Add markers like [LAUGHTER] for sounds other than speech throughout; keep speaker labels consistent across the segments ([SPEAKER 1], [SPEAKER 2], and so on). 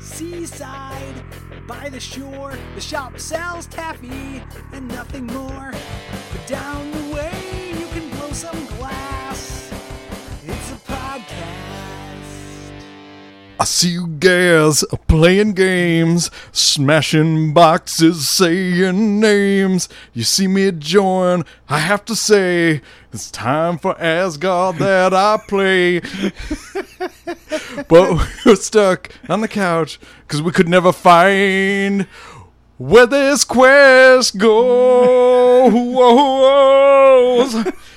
[SPEAKER 1] seaside, by the shore. The shop sells taffy and nothing more. But down the way, you can blow some glass. It's a podcast.
[SPEAKER 2] I see you guys playing games, smashing boxes, saying names. You see me join, I have to say, it's time for Asgard that I play. [LAUGHS] but we're stuck on the couch because we could never find where this quest goes.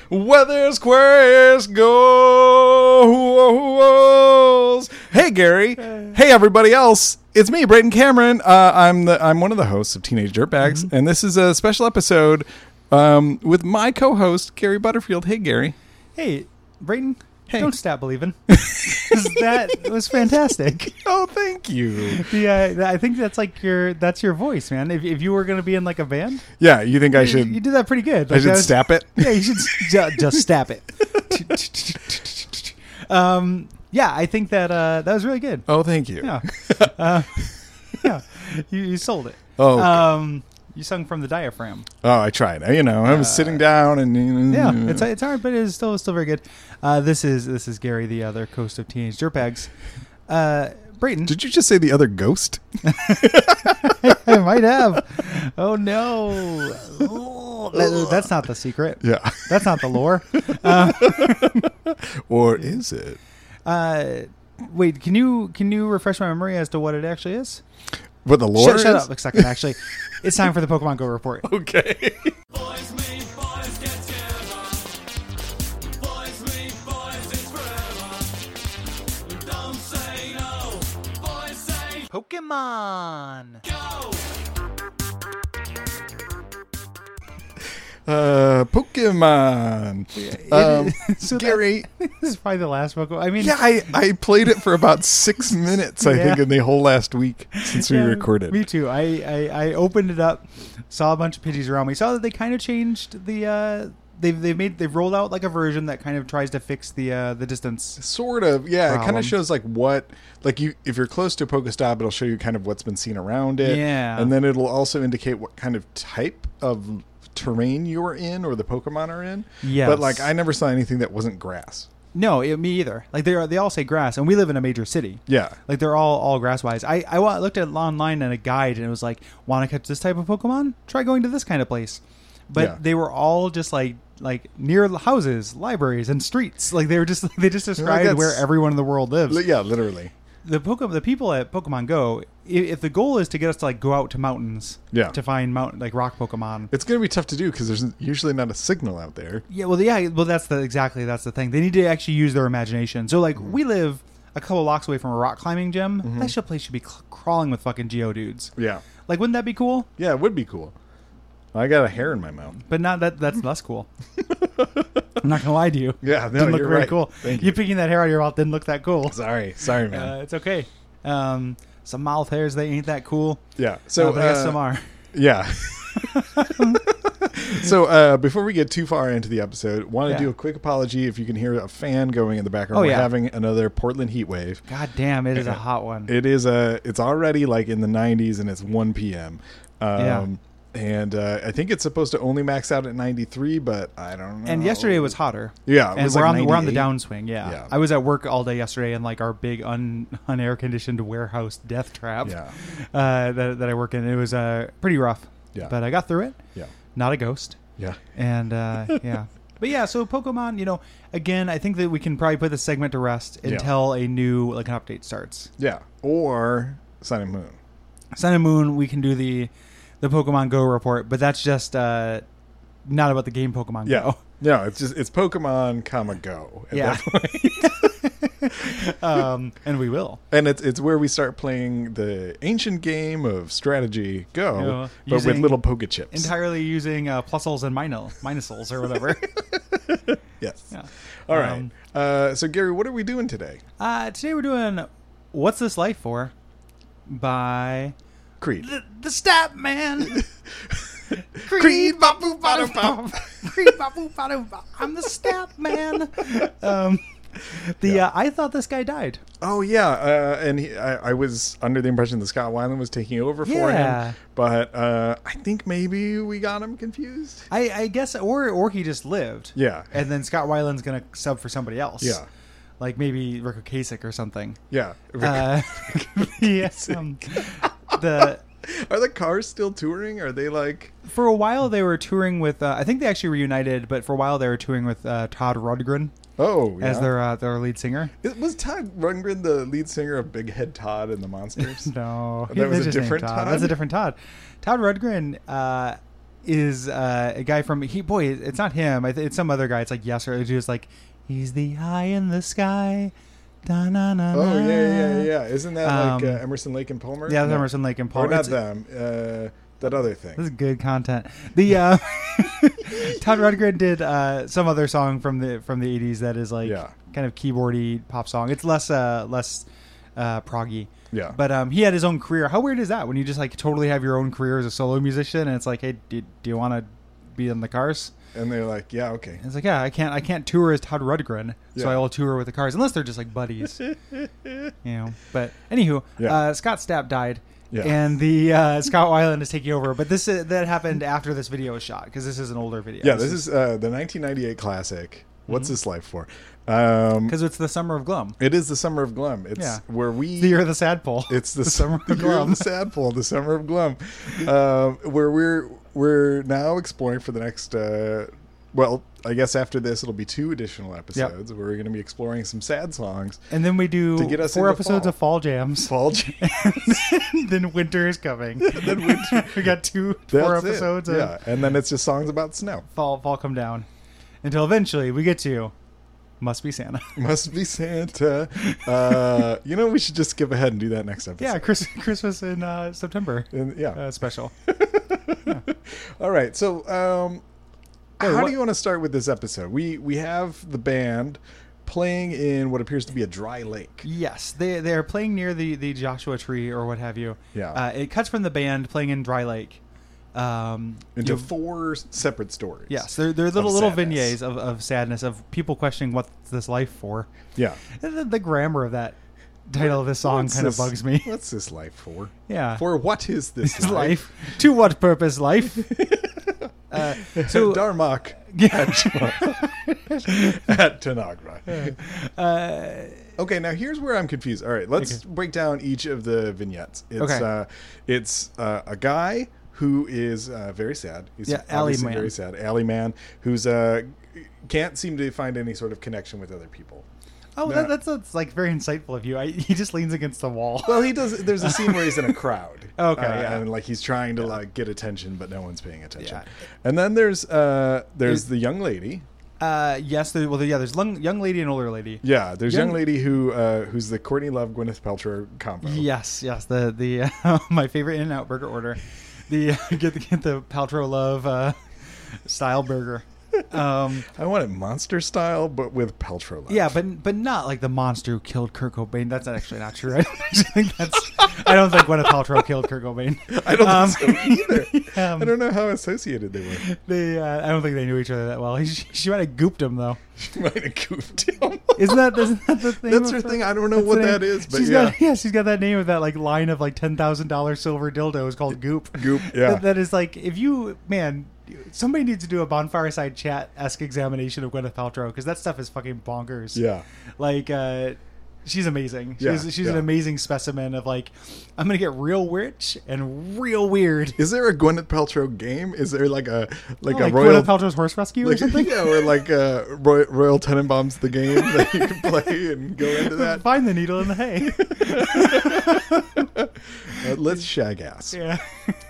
[SPEAKER 2] Where this quest goes. Hey Gary. Hey everybody else. It's me, Brayden Cameron. Uh, I'm the I'm one of the hosts of Teenage Dirtbags, and this is a special episode um, with my co-host Gary Butterfield. Hey Gary.
[SPEAKER 3] Hey, Brayton,
[SPEAKER 2] Hey.
[SPEAKER 3] don't stop [LAUGHS] believing. 'Cause that was fantastic.
[SPEAKER 2] Oh, thank you.
[SPEAKER 3] Yeah, I think that's like your that's your voice, man. If, if you were gonna be in like a band,
[SPEAKER 2] Yeah, you think I
[SPEAKER 3] you, you
[SPEAKER 2] should
[SPEAKER 3] did that pretty good.
[SPEAKER 2] I
[SPEAKER 3] Like, that
[SPEAKER 2] should
[SPEAKER 3] was-
[SPEAKER 2] stab it?
[SPEAKER 3] Yeah, you should just, just stab it. um, yeah, I think that uh, that was really good.
[SPEAKER 2] [LAUGHS] Oh, thank you.
[SPEAKER 3] Yeah, uh, yeah, you, you sold it.
[SPEAKER 2] Oh, okay.
[SPEAKER 3] um, you sung from the diaphragm.
[SPEAKER 2] Oh, I tried. You know, I was sitting down and
[SPEAKER 3] Uh, Yeah,
[SPEAKER 2] Mm.
[SPEAKER 3] it's it's hard, but it's still still very good. Uh, this is this is Gary, the other coast of teenage dirtbags. Uh, Brayton,
[SPEAKER 2] Did you just say the other
[SPEAKER 3] [LAUGHS]
[SPEAKER 2] ghost?
[SPEAKER 3] I might have. Oh no, Oh, that- that's not the secret.
[SPEAKER 2] Yeah. [LAUGHS]
[SPEAKER 3] That's not the lore. [LAUGHS]
[SPEAKER 2] or is it?
[SPEAKER 3] Uh, wait, can you can you refresh my memory as to what it actually is?
[SPEAKER 2] What the lore?
[SPEAKER 3] shut, shut
[SPEAKER 2] is?
[SPEAKER 3] up a second. Actually, it's time for the Pokemon Go report.
[SPEAKER 2] [LAUGHS] Okay.
[SPEAKER 4] Boys meet boys get together. Boys meet boys, it's forever. Don't say no. Boys say
[SPEAKER 3] Pokemon.
[SPEAKER 4] go.
[SPEAKER 2] Uh, Pokemon. Um,
[SPEAKER 3] [LAUGHS] so that-
[SPEAKER 2] Gary.
[SPEAKER 3] This is probably the last Pokemon. I mean,
[SPEAKER 2] yeah, I, I played it for about six minutes, I think,
[SPEAKER 3] Yeah.
[SPEAKER 2] in the whole last week since we
[SPEAKER 3] Yeah,
[SPEAKER 2] recorded.
[SPEAKER 3] Me too. I, I, I opened it up, saw a bunch of Pidgeys around me, saw that they kind of changed the. Uh, they've they've made they've rolled out like a version that kind of tries to fix the uh, the distance.
[SPEAKER 2] Sort of, yeah. It kind
[SPEAKER 3] Problem.
[SPEAKER 2] of shows like what, like you, if you're close to a Pokestop, it'll show you kind of what's been seen around it.
[SPEAKER 3] Yeah.
[SPEAKER 2] and then it'll also indicate what kind of type of terrain you are in or the Pokemon are in.
[SPEAKER 3] Yes.
[SPEAKER 2] but like I never saw anything that wasn't grass.
[SPEAKER 3] No, it, me either. Like they are they all say grass, and we live in a major city.
[SPEAKER 2] Yeah,
[SPEAKER 3] Like they're all all grass wise. I I wa- looked at it online and a guide, and it was like, want to catch this type of Pokemon? Try going to this kind of place. But
[SPEAKER 2] Yeah.
[SPEAKER 3] they were all just like like near houses, libraries, and streets. Like they were just [LAUGHS] they just described where
[SPEAKER 2] that's-
[SPEAKER 3] everyone in the world lives.
[SPEAKER 2] Li- yeah, literally.
[SPEAKER 3] the Pokemon, the people at Pokemon Go, i- if the goal is to get us to like go out to mountains,
[SPEAKER 2] Yeah.
[SPEAKER 3] to find mountain like rock Pokemon.
[SPEAKER 2] It's gonna be tough to do because there's usually not a signal out there.
[SPEAKER 3] Yeah, well, yeah, well, that's the exactly that's the thing. They need to actually use their imagination. So like,
[SPEAKER 2] Mm-hmm.
[SPEAKER 3] we live a couple blocks away from a rock climbing gym. That should place should be cl- crawling with fucking Geodudes.
[SPEAKER 2] Yeah,
[SPEAKER 3] Like, wouldn't that be cool?
[SPEAKER 2] yeah, it would be cool. I got a hair in my mouth.
[SPEAKER 3] But not that that's less
[SPEAKER 2] [LAUGHS]
[SPEAKER 3] cool. I'm not gonna lie to you.
[SPEAKER 2] Yeah, no,
[SPEAKER 3] didn't look
[SPEAKER 2] you're
[SPEAKER 3] very
[SPEAKER 2] right.
[SPEAKER 3] cool.
[SPEAKER 2] Thank
[SPEAKER 3] you picking that hair out of your mouth didn't look that cool.
[SPEAKER 2] Sorry, sorry, man.
[SPEAKER 3] Uh, it's okay. Um, some mouth hairs they ain't that cool.
[SPEAKER 2] yeah,
[SPEAKER 3] So
[SPEAKER 2] so
[SPEAKER 3] uh, but I guess
[SPEAKER 2] uh,
[SPEAKER 3] some are.
[SPEAKER 2] Yeah. [LAUGHS] so uh, before we get too far into the episode, want to
[SPEAKER 3] Yeah.
[SPEAKER 2] do a quick apology if you can hear a fan going in the background.
[SPEAKER 3] Oh,
[SPEAKER 2] We're
[SPEAKER 3] yeah.
[SPEAKER 2] having another Portland heat wave.
[SPEAKER 3] God damn, it is a hot one.
[SPEAKER 2] It is a. It's already like in the 90s, and it's 1 p.m. Um, And uh, I think it's supposed to only max out at 93, but I don't know.
[SPEAKER 3] and yesterday was hotter.
[SPEAKER 2] Yeah, it
[SPEAKER 3] and
[SPEAKER 2] was
[SPEAKER 3] we're
[SPEAKER 2] like
[SPEAKER 3] on the, we're on the
[SPEAKER 2] 98.
[SPEAKER 3] downswing. Yeah.
[SPEAKER 2] Yeah.
[SPEAKER 3] I was at work all day yesterday in like our big un [LAUGHS] unair conditioned warehouse death trap.
[SPEAKER 2] Yeah.
[SPEAKER 3] uh, that that I work in. It was uh, pretty rough.
[SPEAKER 2] Yeah.
[SPEAKER 3] but I got through it.
[SPEAKER 2] Yeah.
[SPEAKER 3] not a ghost.
[SPEAKER 2] Yeah. [LAUGHS]
[SPEAKER 3] And uh, yeah, but yeah. So Pokemon, you know, again, I think that we can probably put this segment to rest
[SPEAKER 2] Yeah.
[SPEAKER 3] until a new like an update starts.
[SPEAKER 2] Yeah. Or Sun and Moon.
[SPEAKER 3] Sun and Moon, we can do the the Pokemon Go report, but that's just uh, not about the game Pokemon
[SPEAKER 2] Yeah.
[SPEAKER 3] Go. [LAUGHS]
[SPEAKER 2] No, it's just it's Pokemon, comma Go. at
[SPEAKER 3] Oh. Yeah.
[SPEAKER 2] that point.
[SPEAKER 3] um, and we will.
[SPEAKER 2] and it's it's where we start playing the ancient game of strategy Go,
[SPEAKER 3] Yeah,
[SPEAKER 2] but with
[SPEAKER 3] using
[SPEAKER 2] little poker chips.
[SPEAKER 3] entirely using uh, plusles and minus minuses or whatever.
[SPEAKER 2] [LAUGHS]
[SPEAKER 3] [LAUGHS]
[SPEAKER 2] yes.
[SPEAKER 3] yeah.
[SPEAKER 2] All right.
[SPEAKER 3] Um,
[SPEAKER 2] uh, so Gary, what are we doing today?
[SPEAKER 3] uh, today we're doing "What's This Life For" by
[SPEAKER 2] Creed.
[SPEAKER 3] the, the
[SPEAKER 2] [LAUGHS]
[SPEAKER 3] Stat Man.
[SPEAKER 2] Creed,
[SPEAKER 3] [LAUGHS]
[SPEAKER 2] ba boop, ba doop, ba.
[SPEAKER 3] Creed, ba, boop, ba, doop, ba. I'm the Stat Man. Um, The uh, I thought this guy died.
[SPEAKER 2] [LAUGHS] Oh yeah, uh, and he, I, I was under the impression that Scott Weiland was taking over for
[SPEAKER 3] Yeah.
[SPEAKER 2] him, but uh, I think maybe we got him confused.
[SPEAKER 3] I, I guess, or or he just lived.
[SPEAKER 2] Yeah.
[SPEAKER 3] And then Scott Weiland's gonna sub for somebody else.
[SPEAKER 2] Yeah.
[SPEAKER 3] Like maybe Rick Ocasek or something.
[SPEAKER 2] Yeah,
[SPEAKER 3] Uh, [LAUGHS] yes. Um, the
[SPEAKER 2] [LAUGHS] are the Cars still touring? Are they like?
[SPEAKER 3] for a while they were touring with. Uh, I think they actually reunited, but for a while they were touring with uh, Todd Rundgren
[SPEAKER 2] Oh, yeah.
[SPEAKER 3] as their uh, their
[SPEAKER 2] [LAUGHS]
[SPEAKER 3] lead singer.
[SPEAKER 2] It- was Todd Rundgren the lead singer of Big Head Todd and the Monsters?
[SPEAKER 3] [LAUGHS] No,
[SPEAKER 2] That
[SPEAKER 3] he-
[SPEAKER 2] was
[SPEAKER 3] that's
[SPEAKER 2] a
[SPEAKER 3] his name,
[SPEAKER 2] different Todd?
[SPEAKER 3] That's a different Todd. Todd Rudgren uh, is uh, a guy from he. Boy, it's not him. I th- It's some other guy. It's like yes or it's just like he's the eye in the sky. Da, na, na,
[SPEAKER 2] Oh
[SPEAKER 3] na.
[SPEAKER 2] yeah, yeah, yeah, yeah. Isn't that like
[SPEAKER 3] Um,
[SPEAKER 2] uh, Emerson Lake and Palmer?
[SPEAKER 3] Yeah,
[SPEAKER 2] No.
[SPEAKER 3] Emerson Lake and Paul.
[SPEAKER 2] Or not
[SPEAKER 3] It's-
[SPEAKER 2] them. Uh, that other thing.
[SPEAKER 3] This is good content. The uh, [LAUGHS] Todd Rundgren did uh, some other song from the from the eighties that is like
[SPEAKER 2] Yeah.
[SPEAKER 3] kind of keyboardy pop song. It's less uh, less uh, proggy.
[SPEAKER 2] Yeah.
[SPEAKER 3] But um, he had his own career. How weird is that when you just like totally have your own career as a solo musician and it's like, hey, do, do you want to be in the Cars?
[SPEAKER 2] and they're like, yeah, okay.
[SPEAKER 3] And it's like, yeah, I can't I can't tour as Todd Rudgren, so
[SPEAKER 2] Yeah.
[SPEAKER 3] I will tour with the Cars unless they're just
[SPEAKER 2] [LAUGHS]
[SPEAKER 3] like buddies. you know. But anywho,
[SPEAKER 2] Yeah.
[SPEAKER 3] uh, Scott Stapp died.
[SPEAKER 2] Yeah.
[SPEAKER 3] And the uh, Scott Weiland is taking over, but this is, that happened after this video was shot because this is Mm-hmm. an older video.
[SPEAKER 2] Yeah, this is uh, the 1998 classic. What's this life for? Um,
[SPEAKER 3] because it's the summer of glum,
[SPEAKER 2] it is the summer of glum. It's
[SPEAKER 3] Yeah.
[SPEAKER 2] where we.
[SPEAKER 3] the year of [LAUGHS] the sad pole.
[SPEAKER 2] [LAUGHS] it's the,
[SPEAKER 3] summer of
[SPEAKER 2] the [LAUGHS] year
[SPEAKER 3] glum.
[SPEAKER 2] the sad pole, the summer of glum, um, where we're we're now exploring for the next. Uh, well, I guess after this it'll be two additional episodes where we're going to be exploring some sad songs.
[SPEAKER 3] and then we do
[SPEAKER 2] To get us
[SPEAKER 3] four
[SPEAKER 2] into
[SPEAKER 3] episodes
[SPEAKER 2] fall.
[SPEAKER 3] of fall jams. [LAUGHS]
[SPEAKER 2] Fall jam.
[SPEAKER 3] then winter
[SPEAKER 2] [LAUGHS]
[SPEAKER 3] is coming. then winter. [LAUGHS] we got two four
[SPEAKER 2] That's it.
[SPEAKER 3] episodes
[SPEAKER 2] Yeah,
[SPEAKER 3] of
[SPEAKER 2] and then it's just songs about snow. [LAUGHS]
[SPEAKER 3] fall fall come down, until eventually we get to must be Santa.
[SPEAKER 2] Must be Santa. Uh, you know, we should just skip ahead and do that next episode.
[SPEAKER 3] Yeah, Chris, [LAUGHS] Christmas in uh, September
[SPEAKER 2] And- yeah. [LAUGHS]
[SPEAKER 3] uh, special.
[SPEAKER 2] All right. So, um,
[SPEAKER 3] Wait,
[SPEAKER 2] how
[SPEAKER 3] what-
[SPEAKER 2] do you want to start with this episode? We we have the band playing in what appears to be a dry lake.
[SPEAKER 3] yes, they they are playing near the the Joshua tree or what have you.
[SPEAKER 2] Yeah.
[SPEAKER 3] uh, it cuts from the band playing in Dry Lake. Um,
[SPEAKER 2] Into
[SPEAKER 3] you-
[SPEAKER 2] four separate stories.
[SPEAKER 3] yes, they're they're little
[SPEAKER 2] of
[SPEAKER 3] little
[SPEAKER 2] sadness.
[SPEAKER 3] vignettes of, of sadness of people questioning what's this life for.
[SPEAKER 2] Yeah.
[SPEAKER 3] And The, the grammar of that title of this song
[SPEAKER 2] What's
[SPEAKER 3] kind of
[SPEAKER 2] this-
[SPEAKER 3] bugs me. [LAUGHS]
[SPEAKER 2] What's this life for?
[SPEAKER 3] Yeah.
[SPEAKER 2] For what is this,
[SPEAKER 3] This life to what
[SPEAKER 2] [LAUGHS]
[SPEAKER 3] purpose? Life. uh, so
[SPEAKER 2] Darmok
[SPEAKER 3] [LAUGHS]
[SPEAKER 2] [LAUGHS]
[SPEAKER 3] yeah.
[SPEAKER 2] at Tanagra. Uh, okay, now here's where I'm confused. All right, let's
[SPEAKER 3] Uh, Okay.
[SPEAKER 2] break down each of the vignettes. It's
[SPEAKER 3] Okay.
[SPEAKER 2] uh, it's uh, a guy who is uh, very sad. He's
[SPEAKER 3] Yeah, alley
[SPEAKER 2] obviously
[SPEAKER 3] man.
[SPEAKER 2] very sad. Alley man who's uh, can't seem to find any sort of connection with other people.
[SPEAKER 3] oh,
[SPEAKER 2] Nah.
[SPEAKER 3] that, that's, that's like very insightful of you. I, [LAUGHS] he just leans against the
[SPEAKER 2] [LAUGHS]
[SPEAKER 3] wall.
[SPEAKER 2] Well, he does. There's a scene where he's in
[SPEAKER 3] [LAUGHS]
[SPEAKER 2] a crowd.
[SPEAKER 3] Okay,
[SPEAKER 2] Uh,
[SPEAKER 3] yeah.
[SPEAKER 2] and like he's trying to like get attention, but no one's paying attention.
[SPEAKER 3] Yeah.
[SPEAKER 2] And then there's uh, there's
[SPEAKER 3] Is-
[SPEAKER 2] the young lady
[SPEAKER 3] Uh, yes. There, well, yeah. There's young, young lady and older lady.
[SPEAKER 2] Yeah, there's young,
[SPEAKER 3] Young-
[SPEAKER 2] lady who uh, who's the Courtney Love Gwyneth Paltrow combo.
[SPEAKER 3] Yes. Yes. The the uh, [LAUGHS] my favorite In and Out burger order, the uh, [LAUGHS] get the get the Paltrow Love uh, style burger.
[SPEAKER 2] [LAUGHS]
[SPEAKER 3] Um,
[SPEAKER 2] I want it monster style, but with Paltrow. Love.
[SPEAKER 3] yeah, but but not like the monster who killed Kurt Cobain. That's actually not true. [LAUGHS] I don't actually think that's. I don't think Gwyneth Paltrow killed Kurt Cobain.
[SPEAKER 2] [LAUGHS] [LAUGHS] I don't
[SPEAKER 3] Um,
[SPEAKER 2] think so
[SPEAKER 3] [LAUGHS]
[SPEAKER 2] either.
[SPEAKER 3] um,
[SPEAKER 2] I don't know how associated they were. [LAUGHS]
[SPEAKER 3] They, uh, I don't think they knew each other that well. She, she might have gooped him though.
[SPEAKER 2] She might have goofed him. [LAUGHS]
[SPEAKER 3] Isn't that isn't that the thing?
[SPEAKER 2] That's
[SPEAKER 3] of
[SPEAKER 2] her
[SPEAKER 3] the-
[SPEAKER 2] thing. I don't know
[SPEAKER 3] that's
[SPEAKER 2] what
[SPEAKER 3] the name?
[SPEAKER 2] that is, but
[SPEAKER 3] She's
[SPEAKER 2] yeah,
[SPEAKER 3] got yeah, she's got that name of that like line of like ten thousand dollar silver dildo is called Goop. [LAUGHS]
[SPEAKER 2] Goop, yeah.
[SPEAKER 3] That- that is like if you man, somebody needs to do a bonfire side chat esque examination of Gwyneth Paltrow because that stuff is fucking bonkers.
[SPEAKER 2] yeah.
[SPEAKER 3] like uh, she's amazing.
[SPEAKER 2] Yeah,
[SPEAKER 3] She's she's an
[SPEAKER 2] yeah.
[SPEAKER 3] amazing specimen of like I'm gonna get real rich and real weird.
[SPEAKER 2] Is there a Gwyneth Paltrow game? Is there like a [LAUGHS] like a
[SPEAKER 3] Like
[SPEAKER 2] royal
[SPEAKER 3] Gwyneth Paltrow's horse rescue
[SPEAKER 2] [LAUGHS]
[SPEAKER 3] or
[SPEAKER 2] like,
[SPEAKER 3] something.
[SPEAKER 2] yeah, or like uh, Roy, Royal Tenenbaums the game that you can play and go into that?
[SPEAKER 3] Find [LAUGHS] the needle in the
[SPEAKER 2] [LAUGHS]
[SPEAKER 3] hay.
[SPEAKER 2] Uh, let's shag ass.
[SPEAKER 3] yeah.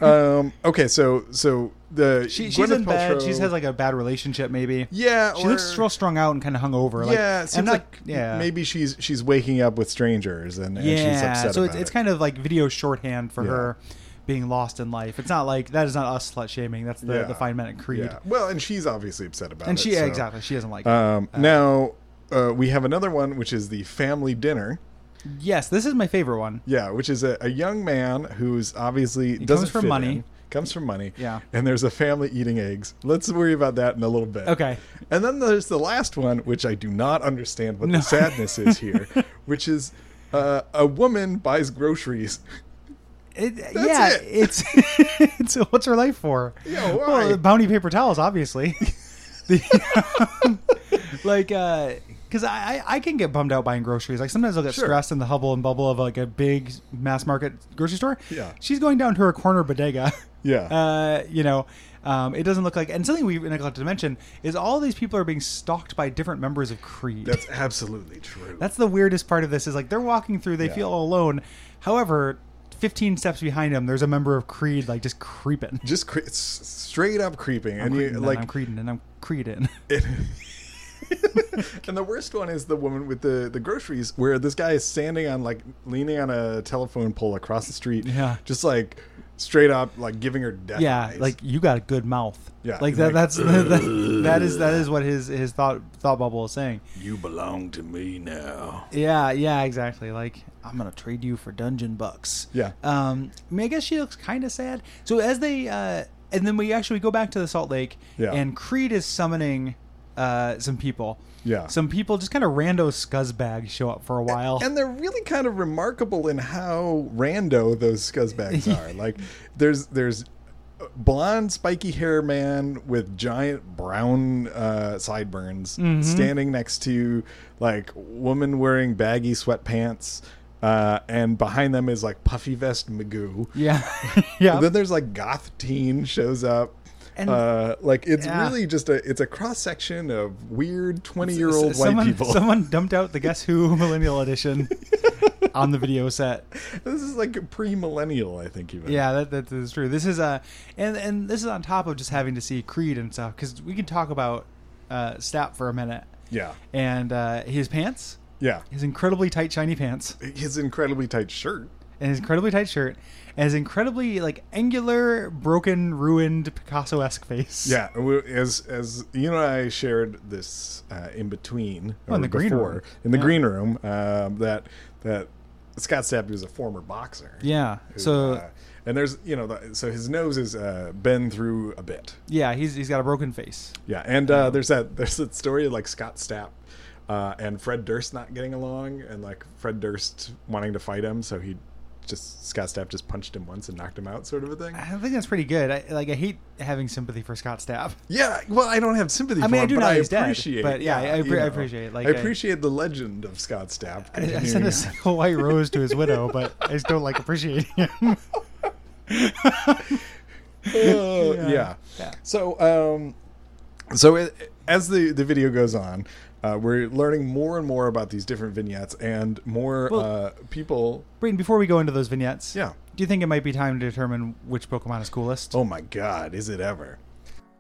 [SPEAKER 2] Um, okay, so so the
[SPEAKER 3] She, she's
[SPEAKER 2] Gwyneth
[SPEAKER 3] in bed.
[SPEAKER 2] Paltrow-
[SPEAKER 3] She has like a bad relationship, maybe.
[SPEAKER 2] yeah.
[SPEAKER 3] She looks
[SPEAKER 2] or-
[SPEAKER 3] real strung out and kind of hungover. Like,
[SPEAKER 2] yeah,
[SPEAKER 3] I'm
[SPEAKER 2] it seems
[SPEAKER 3] not-
[SPEAKER 2] like
[SPEAKER 3] yeah,
[SPEAKER 2] maybe she's she's waking up with strangers and, and
[SPEAKER 3] yeah.
[SPEAKER 2] she's upset
[SPEAKER 3] so
[SPEAKER 2] about
[SPEAKER 3] it's, it's
[SPEAKER 2] it.
[SPEAKER 3] kind of like video shorthand for
[SPEAKER 2] Yeah.
[SPEAKER 3] her being lost in life. It's not like that is not us slut shaming. That's the,
[SPEAKER 2] Yeah.
[SPEAKER 3] the Feynman and Creed.
[SPEAKER 2] yeah. Well, and she's obviously upset about it.
[SPEAKER 3] And she
[SPEAKER 2] so-
[SPEAKER 3] yeah, exactly Uh, she doesn't like. it.
[SPEAKER 2] Um, now uh, we have another one, which is the family dinner.
[SPEAKER 3] yes, this is my favorite one.
[SPEAKER 2] Yeah, which is a, a young man who's obviously doesn't
[SPEAKER 3] comes for
[SPEAKER 2] fit
[SPEAKER 3] money.
[SPEAKER 2] in. comes from money.
[SPEAKER 3] Yeah.
[SPEAKER 2] And there's a family eating eggs. Let's worry about that in a little bit.
[SPEAKER 3] Okay.
[SPEAKER 2] And then there's the last one, which I do not understand what
[SPEAKER 3] No.
[SPEAKER 2] the sadness is
[SPEAKER 3] [LAUGHS]
[SPEAKER 2] here, which is uh, a woman buys groceries.
[SPEAKER 3] It, yeah,
[SPEAKER 2] it.
[SPEAKER 3] it's [LAUGHS] it's what's her life for?
[SPEAKER 2] Yeah, why?
[SPEAKER 3] Well, bounty paper towels, obviously. [LAUGHS] The- [LAUGHS] like, uh, because I I- I can get bummed out buying groceries. Like sometimes I'll get
[SPEAKER 2] Sure.
[SPEAKER 3] stressed in the hubble and bubble of like a big mass market grocery store.
[SPEAKER 2] Yeah.
[SPEAKER 3] she's going down to her corner bodega. [LAUGHS]
[SPEAKER 2] Yeah.
[SPEAKER 3] uh, you know. Um, it doesn't look like, and something we neglected to mention is all these people are being stalked by different members of Creed.
[SPEAKER 2] That's absolutely true.
[SPEAKER 3] That's the weirdest part of this is like they're walking through, they
[SPEAKER 2] Yeah.
[SPEAKER 3] feel all alone. However, 15 steps behind them, there's a member of Creed like
[SPEAKER 2] [LAUGHS]
[SPEAKER 3] just creeping.
[SPEAKER 2] just cre- s- straight up creeping,
[SPEAKER 3] I'm
[SPEAKER 2] and you
[SPEAKER 3] creeding
[SPEAKER 2] like
[SPEAKER 3] and I'm creeding and I'm
[SPEAKER 2] [LAUGHS]
[SPEAKER 3] creeding.
[SPEAKER 2] and the worst one is the woman with the the groceries where this guy is standing on like leaning on a telephone pole across the street
[SPEAKER 3] Yeah.
[SPEAKER 2] just like straight up like giving her death
[SPEAKER 3] yeah,
[SPEAKER 2] eyes.
[SPEAKER 3] like you got a good mouth.
[SPEAKER 2] Yeah,
[SPEAKER 3] like that.
[SPEAKER 2] like,
[SPEAKER 3] that's [LAUGHS] that, that is that is what his his thought thought bubble is saying.
[SPEAKER 2] you belong to me now
[SPEAKER 3] Yeah, yeah, exactly. Like I'm gonna trade you for dungeon bucks.
[SPEAKER 2] Yeah.
[SPEAKER 3] Um, I, mean, I guess she looks kind of sad. So as they, uh, and then we actually go back to the Salt Lake,
[SPEAKER 2] Yeah.
[SPEAKER 3] and Creed is summoning uh, some people.
[SPEAKER 2] Yeah.
[SPEAKER 3] Some people just kind of rando scuzzbags show up for a while.
[SPEAKER 2] and they're really kind of remarkable in how rando those scuzzbags
[SPEAKER 3] [LAUGHS]
[SPEAKER 2] are like there's there's a blonde spiky hair man with giant brown uh, sideburns
[SPEAKER 3] Mm-hmm.
[SPEAKER 2] standing next to like woman wearing baggy sweatpants uh, and behind them is like puffy vest magoo
[SPEAKER 3] [LAUGHS] yeah. [LAUGHS] yeah.
[SPEAKER 2] And then there's like goth teen shows up.
[SPEAKER 3] And-
[SPEAKER 2] uh, like it's
[SPEAKER 3] yeah.
[SPEAKER 2] really just a it's a cross section of weird twenty year
[SPEAKER 3] S-
[SPEAKER 2] old white
[SPEAKER 3] someone,
[SPEAKER 2] people.
[SPEAKER 3] someone dumped out the Guess Who [LAUGHS] Millennial Edition on the video set.
[SPEAKER 2] [LAUGHS] this is like pre millennial, I think even.
[SPEAKER 3] Yeah, that, that is true. This is uh, and and this is on top of just having to see Creed and stuff because we can talk about uh, Stapp for a minute.
[SPEAKER 2] yeah,
[SPEAKER 3] and uh, his pants,
[SPEAKER 2] yeah.
[SPEAKER 3] his incredibly tight shiny pants,
[SPEAKER 2] His incredibly tight shirt.
[SPEAKER 3] and his incredibly tight shirt, and his incredibly like angular, broken, ruined Picasso-esque face.
[SPEAKER 2] Yeah, we- as as you and I shared this uh, in between
[SPEAKER 3] Oh, in the green room.
[SPEAKER 2] in the
[SPEAKER 3] Yeah.
[SPEAKER 2] green room um, that that Scott Stapp was a former boxer.
[SPEAKER 3] yeah.
[SPEAKER 2] who,
[SPEAKER 3] So
[SPEAKER 2] uh, and there's you know the, so his nose is uh, been through a bit.
[SPEAKER 3] yeah, he's he's got a broken face.
[SPEAKER 2] Yeah, and uh, there's that there's that story of, like Scott Stapp uh, and Fred Durst not getting along, and like Fred Durst wanting to fight him, so he just Scott Stapp just punched him once and knocked him out, sort of a thing.
[SPEAKER 3] I think that's pretty good. I like I hate having sympathy for Scott Stapp.
[SPEAKER 2] Yeah, well, I don't have sympathy.
[SPEAKER 3] I mean,
[SPEAKER 2] for
[SPEAKER 3] I
[SPEAKER 2] him,
[SPEAKER 3] do
[SPEAKER 2] but
[SPEAKER 3] know
[SPEAKER 2] I
[SPEAKER 3] he's dead,
[SPEAKER 2] appreciate,
[SPEAKER 3] but yeah, I appre-
[SPEAKER 2] you
[SPEAKER 3] I
[SPEAKER 2] know,
[SPEAKER 3] appreciate, like,
[SPEAKER 2] I
[SPEAKER 3] I-
[SPEAKER 2] appreciate the legend of Scott Stapp.
[SPEAKER 3] [LAUGHS] I, I
[SPEAKER 2] continuing
[SPEAKER 3] sent a
[SPEAKER 2] on. [LAUGHS]
[SPEAKER 3] single white rose to his widow, but I just don't like appreciating him.
[SPEAKER 2] Uh, yeah.
[SPEAKER 3] Yeah.
[SPEAKER 2] So, um, so it, as the the video goes on, uh, we're learning more and more about these different vignettes and more
[SPEAKER 3] Well-
[SPEAKER 2] uh, people.
[SPEAKER 3] Brayden, before we go into those vignettes,
[SPEAKER 2] Yeah.
[SPEAKER 3] do you think it might be time to determine which Pokemon is coolest?
[SPEAKER 2] Oh my God! Is it ever?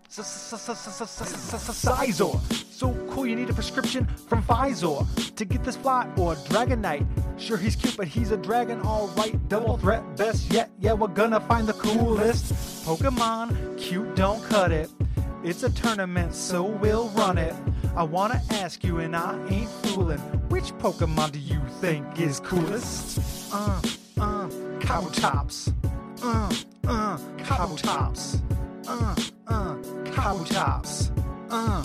[SPEAKER 1] Sizor. So cool, you need a prescription from Pfizer to get this fly or Dragonite. Sure, he's cute, but he's a dragon, alright. Double threat, best yet. Yeah, we're gonna find the coolest Pokemon. Cute, don't cut it. It's a tournament, so we'll run it. I wanna ask you, and I ain't fooling. Which Pokemon do you think is coolest? Uh, uh, Cowtops. Uh, uh, Cowtops. Uh, uh, Cowtops. Uh,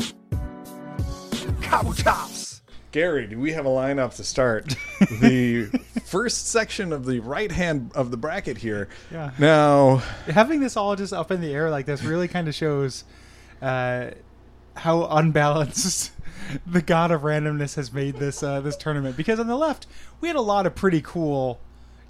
[SPEAKER 1] Cowtops.
[SPEAKER 2] Gary, do we have a lineup to start
[SPEAKER 3] [LAUGHS]
[SPEAKER 2] the first section of the right hand of the bracket here?
[SPEAKER 3] Yeah.
[SPEAKER 2] Now,
[SPEAKER 3] having this all just up in the air like this really kind of shows uh, how unbalanced [LAUGHS] the god of randomness has made this uh, this tournament. Because on the left, we had a lot of pretty cool.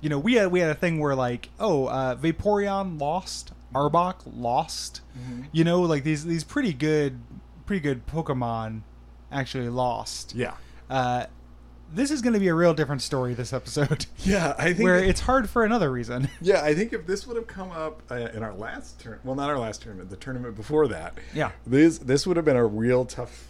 [SPEAKER 3] You know, we had we had a thing where like, oh, uh, Vaporeon lost, Arbok lost.
[SPEAKER 2] Mm-hmm.
[SPEAKER 3] You know, like these these pretty good pretty good Pokemon actually lost.
[SPEAKER 2] yeah,
[SPEAKER 3] Uh, this is going to be a real different story this episode, [LAUGHS]
[SPEAKER 2] yeah, I think
[SPEAKER 3] where
[SPEAKER 2] that-
[SPEAKER 3] it's hard for
[SPEAKER 2] [LAUGHS]
[SPEAKER 3] another reason.
[SPEAKER 2] Yeah, I think if this would have come up uh, in our last turn, well, not our last tournament, the tournament before that.
[SPEAKER 3] Yeah.
[SPEAKER 2] this this would have been a real tough,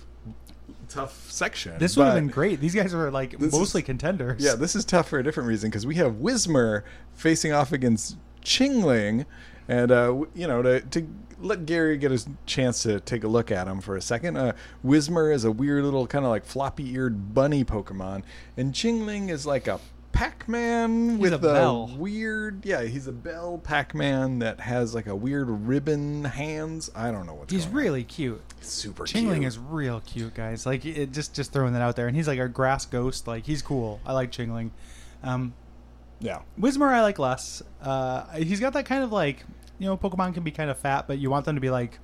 [SPEAKER 2] tough section.
[SPEAKER 3] This would have
[SPEAKER 2] but-
[SPEAKER 3] been great. These guys are like
[SPEAKER 2] This
[SPEAKER 3] mostly
[SPEAKER 2] is-
[SPEAKER 3] contenders.
[SPEAKER 2] Yeah, this is tough for a different reason because we have Wismer facing off against Chingling, and uh, w- you know to to let Gary get a chance to take a look at him for a second. Uh, Wismer is a weird little kind of like floppy eared bunny Pokemon, and Chingling is like a Pac-Man with
[SPEAKER 3] a
[SPEAKER 2] a,
[SPEAKER 3] bell.
[SPEAKER 2] weird. Yeah, he's a bell Pac-Man that has like a weird ribbon hands. I don't know what's
[SPEAKER 3] [LAUGHS] He's
[SPEAKER 2] going on.
[SPEAKER 3] really cute.
[SPEAKER 2] super
[SPEAKER 3] Chingling
[SPEAKER 2] cute.
[SPEAKER 3] is real cute, guys. Like it, just just throwing that out there, and he's like a grass ghost. Like he's cool. I like Chingling. Um,
[SPEAKER 2] yeah.
[SPEAKER 3] Wizmer I like less. Uh, he's got that kind of like you know Pokemon can be kind of fat, but you want them to be like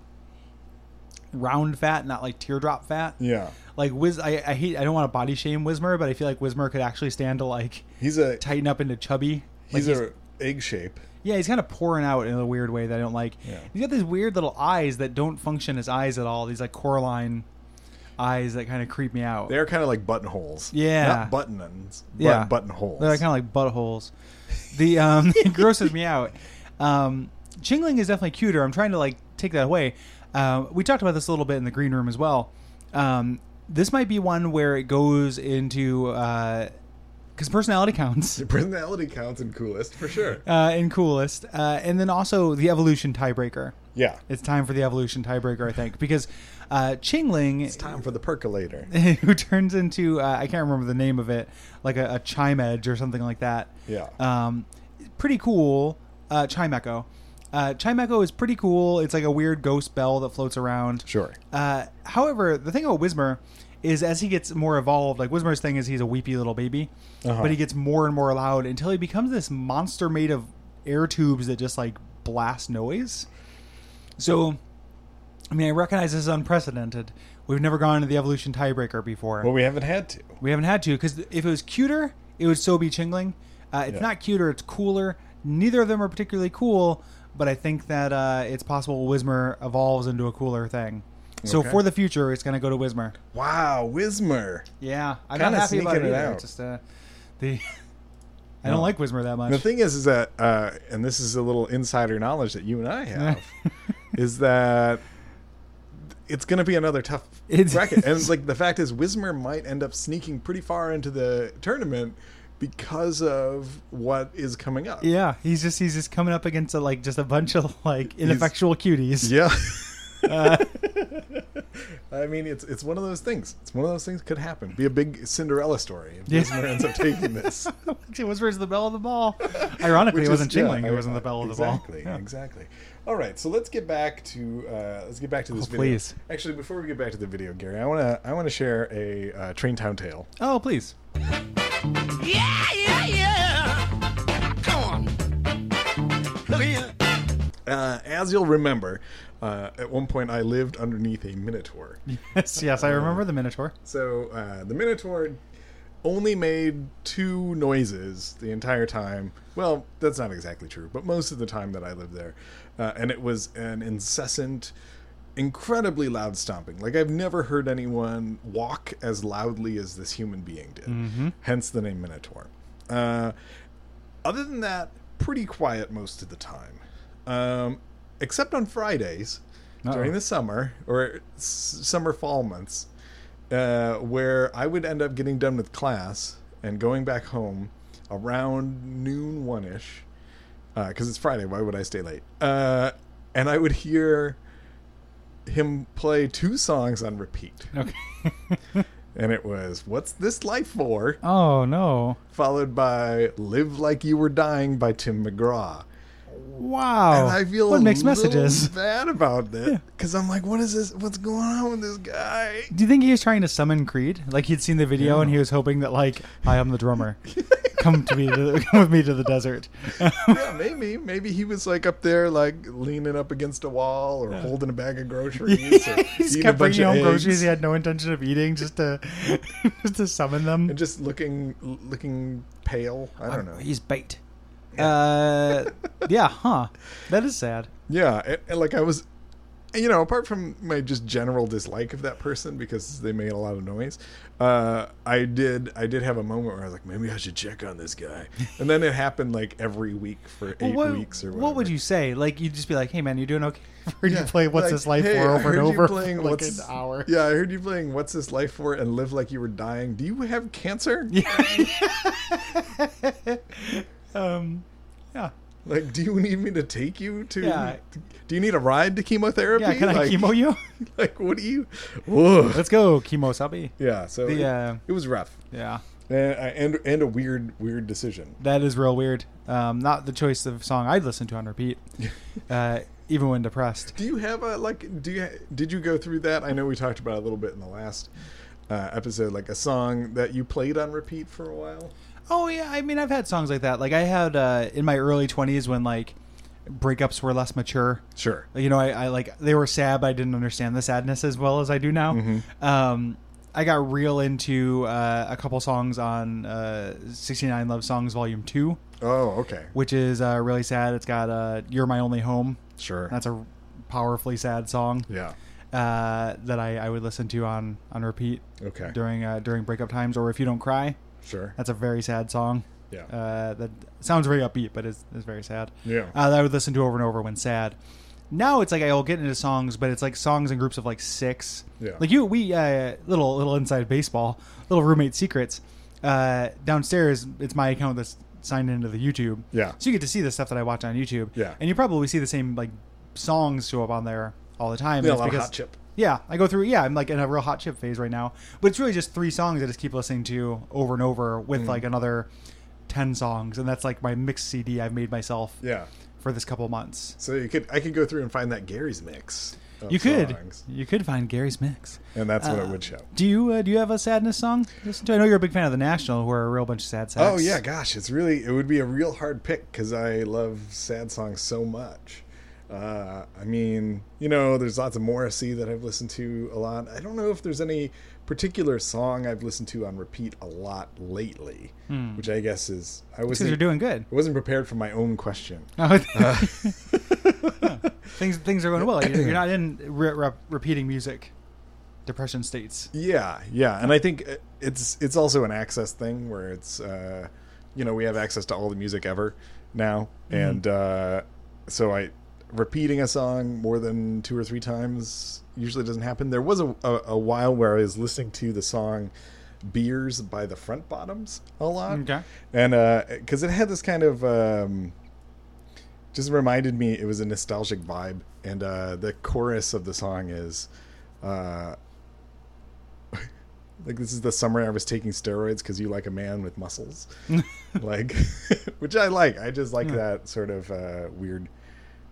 [SPEAKER 3] round fat, not like teardrop fat.
[SPEAKER 2] Yeah.
[SPEAKER 3] Like Wiz, I, I hate. I don't want to body shame Wizmer, but I feel like Wizmer could actually stand to like
[SPEAKER 2] He's a
[SPEAKER 3] tighten up into chubby. Like,
[SPEAKER 2] he's, a egg shape.
[SPEAKER 3] yeah, he's kind of pouring out in a weird way that I don't like.
[SPEAKER 2] Yeah.
[SPEAKER 3] He's got these weird little eyes that don't function as eyes at all. These like Coraline eyes that kind of creep me out.
[SPEAKER 2] They're kind of like buttonholes.
[SPEAKER 3] Yeah.
[SPEAKER 2] Not buttonins, but
[SPEAKER 3] Yeah.
[SPEAKER 2] buttonholes.
[SPEAKER 3] They're kind of like buttholes. The um, [LAUGHS] it grosses me out. Um, Chingling is definitely cuter. I'm trying to like take that away. Um, we talked about this a little bit in the green room as well. Um, this might be one where it goes into because
[SPEAKER 2] [LAUGHS]
[SPEAKER 3] personality counts
[SPEAKER 2] [LAUGHS] Personality counts in coolest for sure.
[SPEAKER 3] uh, in coolest, uh, and then also the evolution tiebreaker.
[SPEAKER 2] Yeah.
[SPEAKER 3] It's time for the evolution tiebreaker, I think, because uh, Chingling
[SPEAKER 2] It's time for the [LAUGHS] percolator.
[SPEAKER 3] [LAUGHS] who turns into uh, I can't remember the name of it, like a, a chime edge or something like that.
[SPEAKER 2] Yeah.
[SPEAKER 3] Um, pretty cool. Uh, chime echo. Uh, chime echo is pretty cool. It's like a weird ghost bell that floats around.
[SPEAKER 2] Sure.
[SPEAKER 3] Uh, however, the thing about Wizmer is as he gets more evolved, like Wizmer's thing is he's a weepy little baby,
[SPEAKER 2] Uh-huh.
[SPEAKER 3] but he gets more and more loud until he becomes this monster made of air tubes that just like blast noise. So, I mean, I recognize this is unprecedented. We've never gone to the evolution tiebreaker before.
[SPEAKER 2] Well, we haven't had to.
[SPEAKER 3] We haven't had to because if it was cuter, it would so be Chingling. Uh, it's
[SPEAKER 2] Yeah.
[SPEAKER 3] not cuter; it's cooler. Neither of them are particularly cool, but I think that uh, it's possible Wismer evolves into a cooler thing. So
[SPEAKER 2] Okay.
[SPEAKER 3] for the future, it's going to go to Wismer.
[SPEAKER 2] Wow, Wismer.
[SPEAKER 3] Yeah, I'm
[SPEAKER 2] Kinda
[SPEAKER 3] not happy about it.
[SPEAKER 2] sneaking it
[SPEAKER 3] either.
[SPEAKER 2] out.
[SPEAKER 3] It's just uh, the [LAUGHS] I don't like Wismer that much.
[SPEAKER 2] The thing is, is that, uh, and this is a little insider knowledge that you and I [LAUGHS] have, is that it's going to be another tough
[SPEAKER 3] It
[SPEAKER 2] bracket. [LAUGHS] And
[SPEAKER 3] is.
[SPEAKER 2] it's like the fact is, Wismer might end up sneaking pretty far into the tournament because of what is coming up.
[SPEAKER 3] yeah, he's just he's just coming up against a, like just a bunch of like ineffectual [LAUGHS] cuties.
[SPEAKER 2] Yeah.
[SPEAKER 3] Uh,
[SPEAKER 2] [LAUGHS] I mean, it's it's one of those things. It's one of those things could happen. Be a big Cinderella story. If
[SPEAKER 3] Yeah.
[SPEAKER 2] Wismer ends up
[SPEAKER 3] [LAUGHS]
[SPEAKER 2] taking this.
[SPEAKER 3] Actually, Wismer's the bell of the ball. Ironically,
[SPEAKER 2] Which
[SPEAKER 3] it wasn't
[SPEAKER 2] is- yeah,
[SPEAKER 3] Chingling;
[SPEAKER 2] I-
[SPEAKER 3] it wasn't the bell of the ball.
[SPEAKER 2] Exactly, exactly. All right, so let's get back to uh, let's get back to this video.
[SPEAKER 3] Oh, please.
[SPEAKER 2] Actually, before we get back to the video, Gary, I want to I want to share a uh, Train Town tale.
[SPEAKER 3] Oh, please. [LAUGHS]
[SPEAKER 5] Yeah, yeah, yeah. Come on. Look here.
[SPEAKER 2] Uh, as you'll remember, uh, at one point I lived underneath a minotaur.
[SPEAKER 3] yes, yes,
[SPEAKER 2] Uh,
[SPEAKER 3] I remember the Minotaur.
[SPEAKER 2] So uh, the Minotaur only made two noises the entire time. Well, that's not exactly true, but most of the time that I lived there, uh, and it was an incessant, incredibly loud stomping. Like I've never heard anyone walk as loudly as this human being did. Hence the name Minotaur. Uh, other than that, pretty quiet most of the time, um, except on Fridays during the summer or s- summer fall months, uh, where I would end up getting done with class and going back home around noon one ish, because it's Friday. Why would I stay late? Uh, and I would hear him play two songs on repeat,
[SPEAKER 3] Okay. [LAUGHS]
[SPEAKER 2] and it was "What's This Life For."
[SPEAKER 3] oh no!
[SPEAKER 2] followed by "Live Like You Were Dying" by Tim McGraw.
[SPEAKER 3] Wow.
[SPEAKER 2] And I feel
[SPEAKER 3] Oh, what
[SPEAKER 2] a
[SPEAKER 3] mixed
[SPEAKER 2] little
[SPEAKER 3] messages.
[SPEAKER 2] bad about that because I'm like, what is this? What's going on with this guy?
[SPEAKER 3] Do you think he was trying to summon Creed? Like he'd seen the video and he was hoping that like I am the drummer. come to me, to, come with me to the [LAUGHS] desert. [LAUGHS]
[SPEAKER 2] yeah, maybe, maybe he was like up there, like leaning up against a wall or holding a bag of
[SPEAKER 3] [LAUGHS]
[SPEAKER 2] groceries. or
[SPEAKER 3] he just
[SPEAKER 2] eating
[SPEAKER 3] kept
[SPEAKER 2] a bunch
[SPEAKER 3] bringing
[SPEAKER 2] of
[SPEAKER 3] home groceries
[SPEAKER 2] eggs
[SPEAKER 3] he had no intention of eating, just to [LAUGHS] just to summon them.
[SPEAKER 2] and just looking, looking pale. I don't know.
[SPEAKER 3] He's bait. Uh, yeah, huh? That is sad.
[SPEAKER 2] Yeah, and, and, like I was, you know, apart from my just general dislike of that person because they made a lot of noise, uh, I did I did have a moment where I was like, maybe I should check on this guy, and then it happened like every week for eight
[SPEAKER 3] what,
[SPEAKER 2] weeks or whatever.
[SPEAKER 3] what would you say? Like you'd just be like, "Hey, man, you doing okay?" [LAUGHS] Or you
[SPEAKER 2] Yeah,
[SPEAKER 3] play "What's
[SPEAKER 2] like,
[SPEAKER 3] This Life
[SPEAKER 2] hey,
[SPEAKER 3] For"
[SPEAKER 2] I
[SPEAKER 3] over and
[SPEAKER 2] heard you
[SPEAKER 3] over [LAUGHS] for
[SPEAKER 2] playing
[SPEAKER 3] like an
[SPEAKER 2] What's-
[SPEAKER 3] hour.
[SPEAKER 2] Yeah, I heard you playing "What's This Life For" and "Live Like You Were Dying." Do you have cancer?
[SPEAKER 3] Um, yeah.
[SPEAKER 2] Like, do you need me to take you to?
[SPEAKER 3] Yeah.
[SPEAKER 2] Do you need a ride to chemotherapy?
[SPEAKER 3] Yeah, can
[SPEAKER 2] [LAUGHS]
[SPEAKER 3] I
[SPEAKER 2] like,
[SPEAKER 3] chemo you?
[SPEAKER 2] Like, what do you? Whoa.
[SPEAKER 3] Let's go, chemo sabi.
[SPEAKER 2] Yeah. So
[SPEAKER 3] The,
[SPEAKER 2] it-
[SPEAKER 3] uh,
[SPEAKER 2] it was rough.
[SPEAKER 3] Yeah.
[SPEAKER 2] and, uh, and and a weird weird decision.
[SPEAKER 3] That is real weird. Um, not the choice of song I'd listen to on
[SPEAKER 2] [LAUGHS]
[SPEAKER 3] repeat, uh, even when depressed.
[SPEAKER 2] Do you have a like? Do you did you go through that? I know we talked about it a little bit in the last uh, episode, like a song that you played on repeat for a while.
[SPEAKER 3] Oh yeah, I mean I've had songs like that. Like I had uh, in my early twenties when like breakups were less mature.
[SPEAKER 2] Sure.
[SPEAKER 3] You know, I, I like they were sad, but I didn't understand the sadness as well as I do now.
[SPEAKER 2] Mm-hmm.
[SPEAKER 3] Um, I got real into uh, a couple songs on uh, 69 Love Songs Volume Two,
[SPEAKER 2] Oh, okay.
[SPEAKER 3] which is uh, really sad. It's got uh, "You're My Only Home."
[SPEAKER 2] Sure.
[SPEAKER 3] That's a powerfully sad song
[SPEAKER 2] yeah.
[SPEAKER 3] uh, that I, I would listen to on on repeat
[SPEAKER 2] Okay.
[SPEAKER 3] during uh, during breakup times or if you don't cry.
[SPEAKER 2] Sure.
[SPEAKER 3] That's a very sad song.
[SPEAKER 2] Yeah.
[SPEAKER 3] Uh, that sounds very upbeat, but is, is very sad.
[SPEAKER 2] Yeah.
[SPEAKER 3] Uh, that I would listen to over and over when sad. Now it's like I'll get into songs, but it's like songs in groups of like six.
[SPEAKER 2] Yeah.
[SPEAKER 3] Like you, we uh, little little inside baseball, little roommate secrets. Uh, downstairs, it's my account that's signed into the YouTube.
[SPEAKER 2] Yeah.
[SPEAKER 3] So you get to see the stuff that I watch on YouTube.
[SPEAKER 2] Yeah.
[SPEAKER 3] And you probably see the same like songs show up on there all the time.
[SPEAKER 2] Yeah, a
[SPEAKER 3] It's
[SPEAKER 2] lot of
[SPEAKER 3] because-
[SPEAKER 2] hot chip.
[SPEAKER 3] yeah, I go through. Yeah, I'm like in a real hot chip phase right now. But it's really just three songs I just keep listening to over and over
[SPEAKER 2] Mm.
[SPEAKER 3] with like another ten songs, and that's like my mixed CD I've made myself
[SPEAKER 2] Yeah.
[SPEAKER 3] for this couple months.
[SPEAKER 2] So you could I could go through and find that Gary's mix. of
[SPEAKER 3] you could,
[SPEAKER 2] songs,
[SPEAKER 3] you could find Gary's mix.
[SPEAKER 2] and that's what it
[SPEAKER 3] Uh,
[SPEAKER 2] would show.
[SPEAKER 3] Do you uh, do you have a sadness song? to Listen to. I know you're a big fan of the National, who are a real bunch of sad sacks.
[SPEAKER 2] Oh yeah, gosh, it's really it would be a real hard pick because I love sad songs so much. Uh, I mean, you know, there's lots of Morrissey that I've listened to a lot. I don't know if there's any particular song I've listened to on repeat a lot lately, which I guess is I
[SPEAKER 3] Hmm. because
[SPEAKER 2] wasn't
[SPEAKER 3] you're doing good. [LAUGHS]
[SPEAKER 2] I
[SPEAKER 3] Oh,
[SPEAKER 2] wasn't prepared for my own question. Uh.
[SPEAKER 3] [LAUGHS] things things are going well. You're, you're not in re- re- repeating music, depression states.
[SPEAKER 2] Yeah, yeah, and I think uh, it's it's also an access thing where it's uh, you know we have access to all the music ever now, and uh, so I repeating a song more than two or three times usually doesn't happen. There was a, a, a while where I was listening to the song "Beers" by the Front Bottoms a lot,
[SPEAKER 3] Okay.
[SPEAKER 2] and because it had this kind of um, just reminded me it was a nostalgic vibe, and uh, the chorus of the song is. Uh, like this is the summer I was taking steroids because you like a man with
[SPEAKER 3] [LAUGHS]
[SPEAKER 2] muscles, like, [LAUGHS] which I like. I just like that sort of uh, weird,